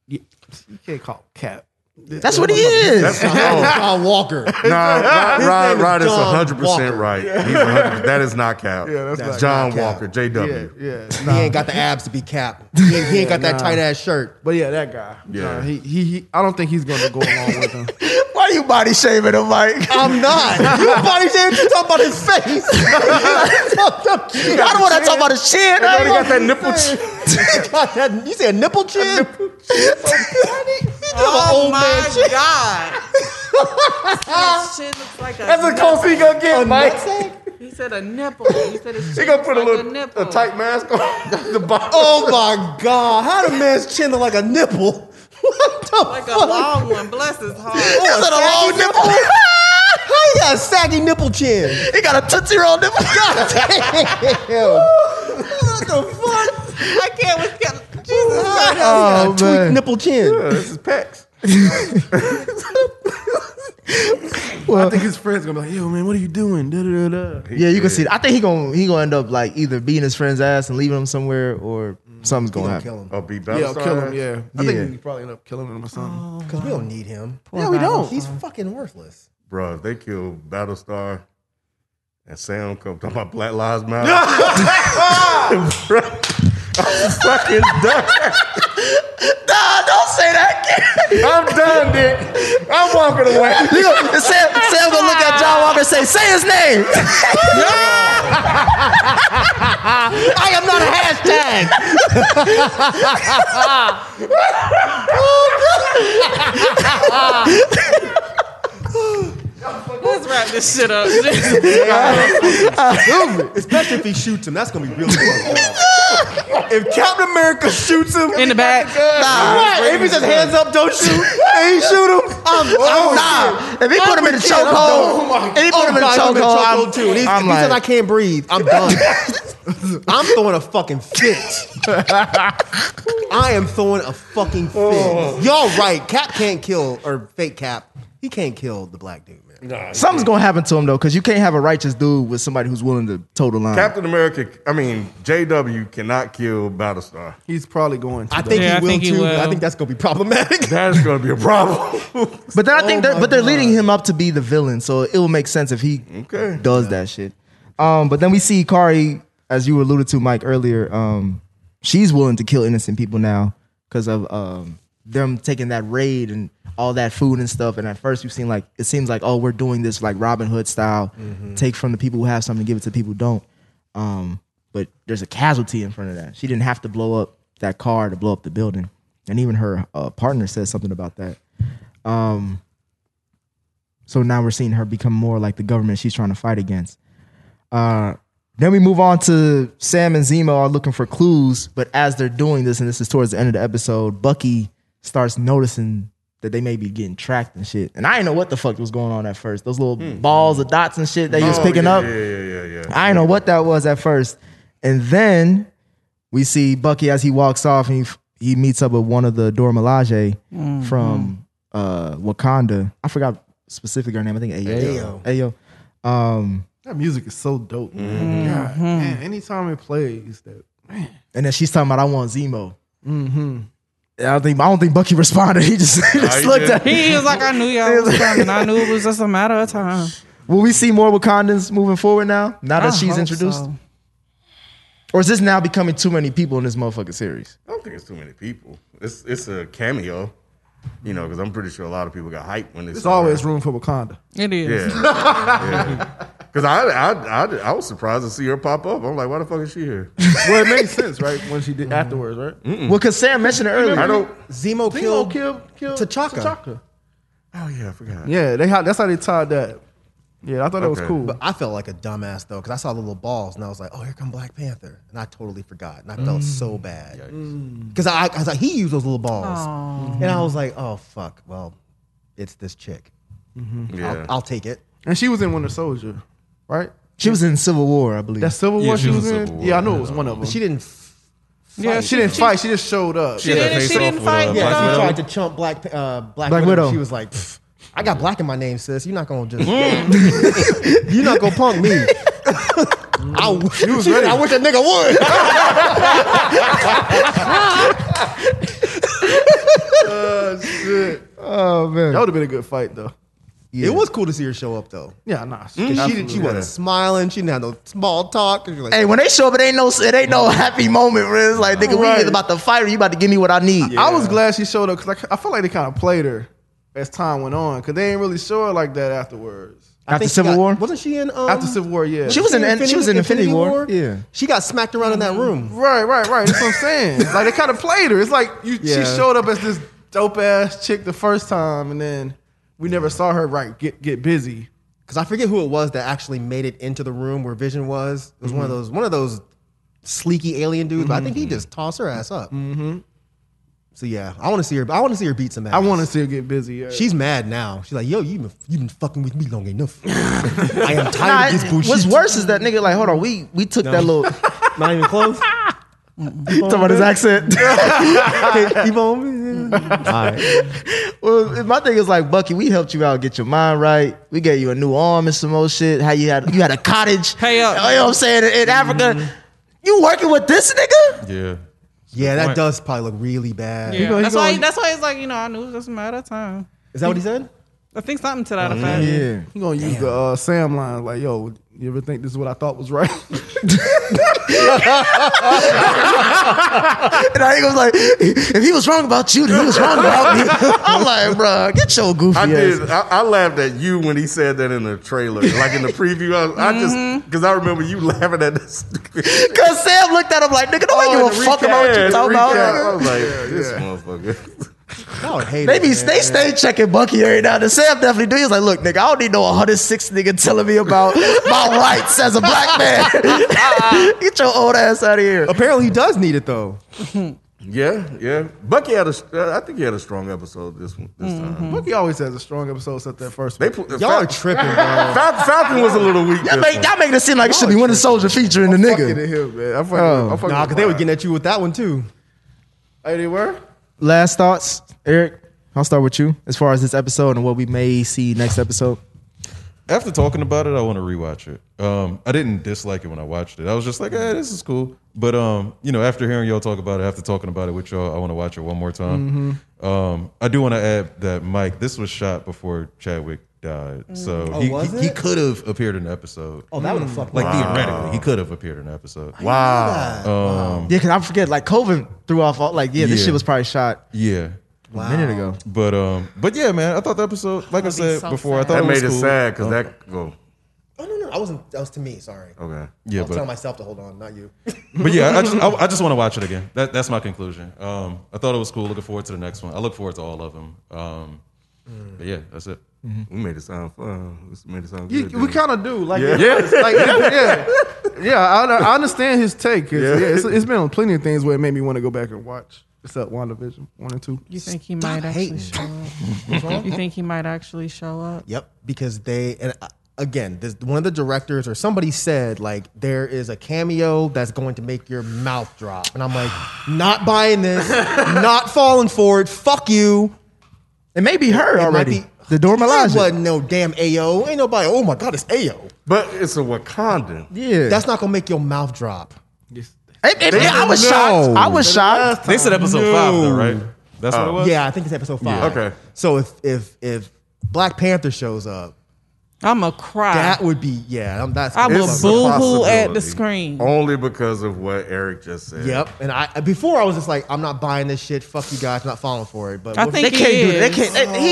S9: Yeah. You can't call Cap.
S6: That's what he is.
S3: That's oh,
S8: John Walker.
S3: nah, Rod, Rod,
S8: name is
S3: Rod is
S8: John
S3: 100 percent
S8: Walker.
S3: right. He's 100, that is not Cap. Yeah,
S9: that's not
S3: John
S8: Cap.
S3: Walker, JW.
S9: Yeah, yeah.
S8: He ain't got the abs to be Cap. He ain't, he ain't got that
S9: nah.
S8: tight ass shirt.
S9: But yeah, that guy.
S3: Yeah.
S9: Nah, he, he he. I don't think he's gonna go along with him.
S6: Why you body shaming him, Mike?
S8: I'm not. You body shaming? You talking about his face?
S6: I don't want to talk about his chin.
S3: They already got that nipple. ch-
S8: He got that- you say a nipple chin?
S10: Oh
S8: old man
S10: my God. His chin looks like a.
S3: That's the close he gonna get, Mike.
S10: He said a nipple. He said his
S3: He
S10: chin
S3: gonna put a
S10: looks
S3: little
S10: like nipple.
S3: a tight mask on the bottom.
S8: Oh my god! How the man's chin look like a nipple? What the
S10: Like a
S8: fuck?
S10: long one. Bless his heart.
S8: Is it a long nipple? How you got a saggy nipple chin?
S6: He got a tootsie roll nipple.
S8: God damn! what the fuck?
S10: I can't with Cap-
S8: How
S10: Jesus.
S8: the hell you got
S6: Oh,
S8: a tweaked
S6: man.
S8: nipple chin?
S3: This is pecs.
S9: I think his friend's gonna be like, "Yo, man, what are you doing?" Da, da, da, da.
S6: Yeah, you can see. That. I think he gonna he gonna end up like either beating his friend's ass and leaving him somewhere, or something's gonna happen.
S8: Kill him.
S3: Or Oh, be
S9: Yeah, I'll
S3: Battlestar.
S9: kill him. Mm. Yeah, I
S6: Yeah.
S9: think he probably end up killing him or something.
S8: Because we don't need him.
S9: yeah, we don't.
S8: He's fucking worthless.
S3: Bro, if they kill Battlestar and Sam come talking about Black Lives Matter. Bruh, I'm fucking done.
S6: Nah, don't say that. Kid.
S3: I'm done, Dick. I'm walking away.
S6: You gonna, Sam, Sam gonna look at John Walker and say, "Say his name."
S8: I am not a hashtag.
S10: Let's wrap this shit up. Jesus.
S8: Especially if he shoots him, that's gonna be real. if Captain America shoots him
S10: In the back.
S8: Nah, if he says hands up, don't shoot, and he shoot him, I'm, I'm
S6: nah, if he put him in the
S8: with you. Oh, I'm done.
S6: chokehold,
S8: Oh
S6: if he put him in the
S8: God, I'm in
S6: chokehold, I'm-
S8: chokehold too. And he's-
S6: I'm
S8: if he says I
S6: like,
S8: can't breathe, I'm done. I'm throwing a fucking fit. I am throwing a Oh. fucking fit. Y'all right, Cap can't kill or fake Cap. He can't kill the black dude, man.
S3: Nah,
S6: Something's gonna happen to him though, because you can't have a righteous dude with somebody who's willing to toe the line.
S3: Captain America, I mean, JW cannot kill Battlestar.
S9: He's probably going. To
S8: I think
S10: Yeah,
S8: he
S10: I
S8: will
S10: think he
S8: too.
S10: will.
S8: I think that's gonna be problematic.
S3: That's going to be a problem.
S6: But then I think, they're, but they're leading him up to be the villain, so it will make sense if he
S3: Okay.
S6: does that shit. Um, but then we see Kari, as you alluded to, Mike earlier. Um, she's willing to kill innocent people now because of um, them taking that raid and all that food and stuff. And at first, you've seen like it seems like oh, we're doing this like Robin Hood style, take from the people who have something, give it to the people who don't. Um, but there's a casualty in front of that. She didn't have to blow up that car to blow up the building, and even her uh, partner says something about that. Um, so now we're seeing her become more like the government she's trying to fight against. Uh, then we move on to Sam and Zemo are looking for clues, but as they're doing this, and this is towards the end of the episode, Bucky starts noticing that they may be getting tracked and shit. And I didn't know what the fuck was going on at first. Those little balls of dots and shit that he was
S3: Hmm. Oh,
S6: picking
S3: yeah,
S6: up.
S3: Yeah, yeah, yeah, yeah.
S6: I didn't know what that was at first. And then we see Bucky as he walks off and he, he meets up with one of the Dora Milaje
S10: Mm-hmm.
S6: from uh, Wakanda. I forgot specifically her name. I think Ayo. Ayo. Um,
S9: that music is so dope. Man. God, man, anytime it plays, that
S6: and then she's talking about I want Zemo. Mm-hmm. I don't think I don't think Bucky responded. He just, he just
S3: he
S6: looked
S3: did.
S6: at me.
S10: He was like, I knew y'all was coming. I knew it was just a matter of time.
S6: Will we see more Wakandans moving forward now? Now that
S10: I
S6: she's
S10: hope
S6: introduced,
S10: so.
S6: or is this now becoming too many people in this motherfucking series?
S3: I don't think it's too many people. It's it's a cameo, you know, because I'm pretty sure a lot of people got hyped when this.
S9: there's always room for Wakanda.
S10: It is.
S3: Yeah, yeah. Because I, I I I was surprised to see her pop up. I'm like, why the fuck is she here?
S9: Well, it made sense, right? When she
S10: Mm-hmm.
S9: did afterwards, right?
S6: Well, because Sam mentioned it earlier.
S3: I don't.
S8: Zemo,
S9: Zemo
S8: killed,
S9: killed, killed
S8: T'Chaka.
S3: Oh yeah, I forgot.
S9: Yeah, they had, that's how they tied that. Yeah, I thought that was
S3: Okay.
S9: cool.
S8: But I felt like a dumbass though, because I saw the little balls and I was like, "Oh, here come Black Panther," and I totally forgot, and I
S6: Mm.
S8: felt so bad because I, I was like, "He used those little balls," and I was like, "Oh fuck, well, it's this chick.
S6: Mm-hmm.
S3: yeah.
S8: I'll take it."
S9: and she was in Winter Soldier, right?
S6: She was in Civil War, I believe.
S9: That Civil
S7: Yeah,
S9: War
S7: she
S9: she
S7: was
S9: was
S7: in
S9: in.
S7: Civil
S9: Yeah, I
S7: War.
S9: knew it was one of them.
S8: But she
S9: She,
S8: didn't. F-
S10: Yeah, she,
S9: didn't fight. She just showed up.
S10: She didn't, she didn't fight.
S8: yeah,
S10: with,
S8: she
S10: uh,
S8: tried to chump Black Pa- uh, Black,
S6: Black
S8: Widow.
S6: Widow.
S8: She was like, "Pff, "I got black in my name, sis. You're not gonna just.
S6: Mm-hmm.
S8: You're not gonna punk me." I, wish- she said, I wish a nigga would.
S9: That would have been a good fight though.
S8: It was cool to see her show up though.
S9: Yeah, nah.
S8: She didn't. She wasn't smiling. She didn't have no small talk. She was like,
S6: Hey, when they show up, it ain't no, it ain't no happy moment. Where it's like, nigga, we
S9: Right.
S6: ain't about to fight. Or you about to give me what I need.
S9: I was glad she showed up because I, I felt like they kind of played her as time went on because they ain't really show her like that afterwards.
S8: I
S6: After
S8: think she
S6: Civil
S8: got-
S6: War?
S8: Wasn't she in? Um,
S9: After Civil War, yeah,
S6: She was in, she was in Infinity, War. Mm-hmm. Yeah,
S8: She got smacked around in that room.
S9: right, right, right. That's what I'm saying. like they kind of played her. It's like you, she
S6: Yeah.
S9: showed up as this dope ass chick the first time, and then we never saw her right get get busy.
S8: Because I forget who it was that actually made it into the room where Vision was. It was
S9: Mm-hmm.
S8: one of those one of those sleeky alien dudes. But I think he just tossed her ass up. Mm-hmm. So yeah, I want to see her. I want to see her beat some ass.
S9: I want to see her get busy. Yeah.
S8: She's mad now. She's like, "Yo, you been, you been fucking with me long enough. I am
S6: Nah,
S8: tired of this
S6: it-
S8: bullshit."
S6: what's worse is that nigga like, hold on, we we took that little
S8: Not even close.
S6: talking about his accent.
S8: Keep on.
S6: well, my thing is like, Bucky, we helped you out, get your mind right. We gave you a new arm and some more shit. How you had you had a cottage.
S10: Hey, uh, Mm-hmm. yo.
S6: you know what I'm saying in, in Africa. You working with this nigga?
S7: Yeah.
S8: Yeah, that
S7: Right.
S8: does probably look really bad.
S10: Yeah. That's why. That's why it's like you know. I knew it was just a matter of time.
S8: Is that what he said?
S10: I think something to that effect.
S6: Yeah.
S9: You gonna use the uh, Sam line like, "Yo, you ever think this is what I thought was right?"
S6: And I was like, if he was wrong about you, then he was wrong about me. I'm like, bruh, get your goofy
S3: I
S6: ass.
S3: did. I, I laughed at you when he said that in the trailer, like in the preview. I, I
S6: Mm-hmm.
S3: just because I remember you laughing at this.
S6: Cause Sam looked at him like, nigga,
S8: Oh,
S6: don't give a fuck about what
S3: Yeah, the
S6: you talking
S3: recap. I
S6: about.
S3: was like, this motherfucker.
S8: I would hate
S6: They
S8: it.
S6: be they stay checking Bucky every now and then. Sam definitely do. He's like, look, nigga, I don't need no 106 nigga telling me about my rights as a black man. Get your old ass out of here.
S8: Apparently, he does need it though.
S3: Yeah, yeah. Bucky had a. st- uh, I think he had a strong episode this one this
S6: Mm-hmm.
S3: time.
S9: Bucky always has a strong episode set that first.
S3: They
S9: One.
S3: put,
S8: Y'all are tripping, bro.
S3: Fal- Falcon was a little weak. this
S6: Y'all, make,
S3: one.
S6: y'all making it seem like it should be Winter Soldier featuring the
S9: Fucking
S6: nigga.
S9: him, man. I'm fucking.
S6: Oh.
S9: I'm fucking
S8: Nah, because they were
S9: wild.
S8: getting at you with that one too.
S9: Hey, they were.
S6: Last thoughts, Eric. I'll start with you as far as this episode and what we may see next episode.
S7: after talking about it, I want to rewatch it. Um, I didn't dislike it when I watched it. I was just like, eh, this is cool. But um, you know, after hearing y'all talk about it, after talking about it with y'all, I want to watch it one more time.
S8: Mm-hmm.
S7: Um, I do want to add that Mike, this was shot before Chadwick died, so he,
S8: Mm. Oh, was
S7: he, he
S8: it?
S7: could have appeared in an episode.
S8: Oh, that would have fucked
S7: Like
S8: me up.
S7: theoretically,
S3: Oh.
S7: he could have appeared in an episode.
S3: Wow.
S4: Yeah, cause I forget. Like COVID threw off. All, like yeah, this
S7: Yeah.
S4: shit was probably shot
S7: Yeah.
S4: a minute ago.
S7: But um, but yeah, man, I thought the episode, like I
S10: That'd be
S7: said
S10: so
S7: before, I
S10: sad.
S7: thought
S3: That
S7: it was
S3: made it
S7: cool.
S3: sad because that. Well,
S8: Oh no, no, I wasn't. That was to me. Sorry.
S3: okay.
S7: Yeah,
S8: I was telling
S7: but,
S8: myself to hold on, not you.
S7: but yeah, I just, I, I just want to watch it again. That, that's my conclusion. Um, I thought it was cool. Looking forward to the next one. I look forward to all of them. Um,
S3: Mm.
S7: but yeah, that's it.
S3: We made it sound fun. We made it sound
S6: You,
S3: good.
S6: we
S3: didn't
S6: kind of do. Like,
S3: Yeah.
S6: yeah. like, yeah, yeah. Yeah, I, I understand his take. 'cause,
S3: Yeah.
S6: yeah, it's, it's been on plenty of things where it made me want to go back and watch. Except WandaVision one and two.
S10: You think he might actually show up? you think he might actually show up?
S8: Yep, because they and uh, again, this, one of the directors or somebody said like there is a cameo that's going to make your mouth drop, and I'm like, not buying this, not falling for it. Fuck you.
S4: It may be her
S8: It might
S4: already.
S8: be-
S4: the door
S8: It
S4: Milaje.
S8: wasn't no damn AO. Ain't nobody. Oh my god, it's AO.
S3: But it's a Wakandan.
S4: Yeah,
S8: That's not gonna make your mouth drop.
S4: It- it- I was shocked. I was shocked.
S7: They said episode five though, right? That's
S3: Oh.
S7: what it was.
S8: Yeah, I think it's episode five.
S3: Okay.
S8: So if if if Black Panther shows up,
S10: I'm a
S4: Ah.
S10: cry.
S8: that would be yeah. I'm, that's
S10: I will
S3: It's a
S10: boo hoo at
S3: possibility.
S10: the screen.
S3: Only because of what Eric just said.
S8: Yep. And I uh, before I was just like, I'm not buying this shit. Fuck you guys, not falling for it. But
S10: I
S8: what-
S10: think he is.
S4: he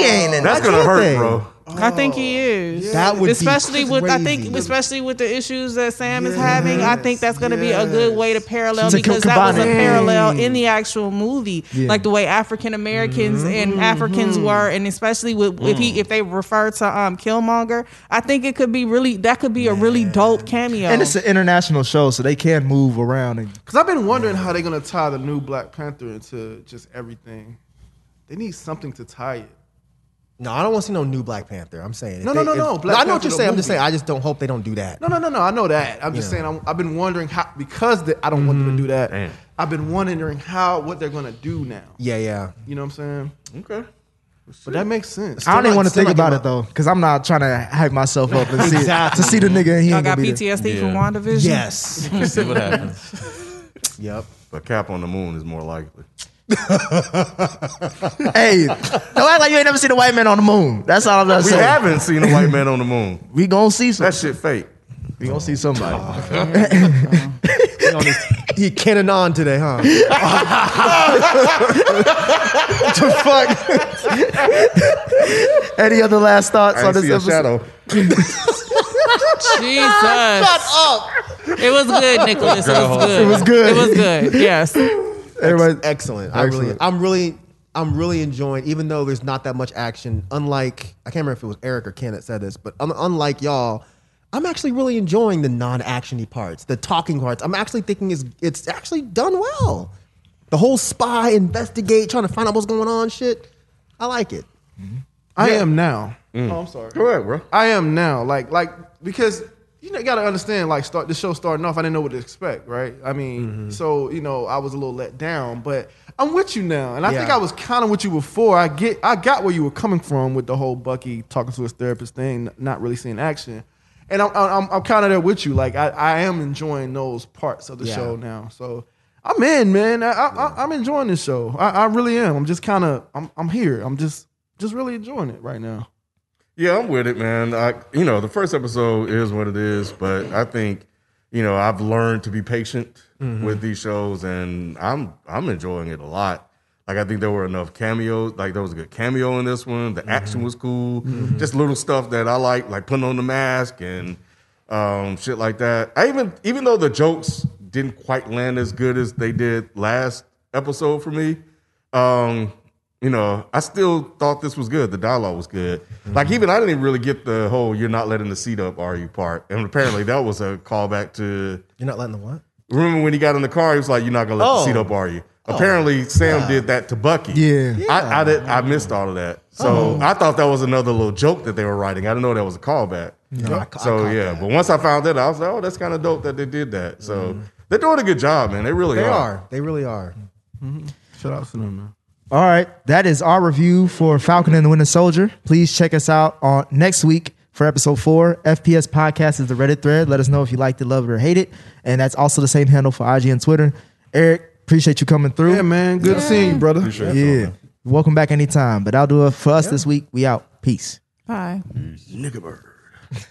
S4: ain't in.
S3: That's gonna hurt, bro.
S10: I think he
S4: Oh,
S10: is.
S8: That would be
S10: especially with I think
S8: crazy.
S10: especially with the issues that Sam is having. I think that's going to be a good way to parallel
S4: To co-
S10: because that was a
S4: combine it.
S10: parallel in the actual movie, like the way African Americans
S4: Mm-hmm.
S10: and Africans were, and especially with if
S4: Mm.
S10: he if they refer to um Killmonger, I think it could be really that could be a really dope cameo.
S4: And it's an international show, so they can move around. And
S6: Because I've been wondering how they're gonna tie the new Black Panther into just everything. They need something to tie it.
S8: No, I don't want to see no new Black Panther. I'm saying if
S6: No, no,
S8: they-
S6: no,
S8: if-
S6: no, Black
S8: I know what
S6: Panther
S8: you're
S6: the
S8: saying. I'm just
S6: movie.
S8: saying. I just don't hope they don't do that.
S6: No, no, no, no. I know that. I'm just
S8: Yeah.
S6: saying. I'm, I've been wondering how because the, I don't want them to do that.
S3: Mm-hmm. Damn.
S6: I've been wondering how what they're gonna do now.
S8: Yeah, yeah.
S6: You know what I'm saying?
S3: Okay.
S6: But that makes sense.
S4: I don't even
S8: like-
S4: want to
S8: still
S4: think
S8: like
S4: about
S8: my-
S4: it though, because I'm not trying to hype myself up and see to see the nigga. And he
S10: Y'all
S4: ain't
S10: got
S4: gonna be there.
S10: PTSD from
S7: Yeah.
S10: WandaVision.
S8: Yes.
S7: Let's see what happens.
S8: yep.
S3: But Cap on the Moon is more likely.
S4: Hey, don't act like you ain't never seen a white man on the moon. That's all I'm gonna
S3: We
S4: say.
S3: haven't seen a white man on the moon.
S4: We gonna see some.
S3: That shit fake.
S4: We gonna see
S3: Oh,
S4: somebody.
S8: You know, this- he cannon on today, huh? the fuck?
S4: Any other last thoughts
S3: I
S4: on
S3: ain't
S4: this
S3: see a
S4: episode?
S3: shadow.
S10: Jesus. Shut up. It was good, Nicholas. It was good. It was
S4: good.
S10: It was good. Yes.
S4: Everybody,
S8: Excellent. I really,
S4: Excellent.
S8: I'm really, I'm really enjoying. Even though there's not that much action, unlike I can't remember if it was Eric or Ken that said this, but un- unlike y'all, I'm actually really enjoying the non-actiony parts, the talking parts. I'm actually thinking it's it's actually done well. The whole spy investigate, trying to find out what's going on, shit. I like it.
S6: I am now. Oh, I'm sorry.
S3: Mm. Go ahead, bro.
S6: I am now. Like like because you know you gotta understand like start the show starting off. I didn't know what to expect, right? I mean,
S3: Mm-hmm.
S6: so you know I was a little let down, but I'm with you now, and I think
S8: Yeah.
S6: I was kind of with you before. I get I got where you were coming from with the whole Bucky talking to his therapist thing, not really seeing action. And I'm I'm, I'm kind of there with you. Like I, I am enjoying those parts of the
S8: Yeah.
S6: show now. So I'm in, man. I, I, I, I'm enjoying this show. I, I really am. I'm just kind of I'm I'm here. I'm just just really enjoying it right now.
S3: Yeah, I'm with it, man. I, you know, the first episode is what it is, but I think, you know, I've learned to be patient with these shows, and I'm I'm enjoying it a lot. Like I think there were enough cameos. Like there was a good cameo in this one. The action was cool. Just little stuff that I like, like putting on the mask and um, shit like that. I even even though the jokes didn't quite land as good as they did last episode for me, um, you know, I still thought this was good. The dialogue was good. Like even I didn't really get the whole "you're not letting the seat up, are you?" part, and apparently that was a callback to
S8: You're not letting the what?
S3: Remember when he got in the car, he was like, "You're not gonna let
S8: Oh.
S3: the seat up, are you?" Apparently, Sam did that to Bucky.
S4: Yeah.
S3: I, I did. I missed all of that,
S8: Oh.
S3: so I thought that was another little joke that they were writing. I didn't know that was a callback.
S8: I ca- I
S3: so
S8: caught
S3: yeah, but once I found that, I was like, "Oh, that's kind of dope that they did that." So they're doing a good job, man. They really
S8: They
S3: are.
S8: are. They really are.
S6: Shout out to them, man.
S4: All right, that is our review for Falcon and the Winter Soldier. Please check us out on next week
S8: for episode four. FPS Podcast is the Reddit thread. Let us know if you liked it, loved it, or hate it. And that's also the same handle for IG and Twitter. Eric, appreciate you coming through.
S6: Yeah, man. Good seeing you, brother.
S13: Appreciate
S8: Yeah.
S13: y'all, man.
S8: Welcome back anytime. But I'll do it for us this week. We out. Peace.
S14: Bye.
S8: Nigga bird.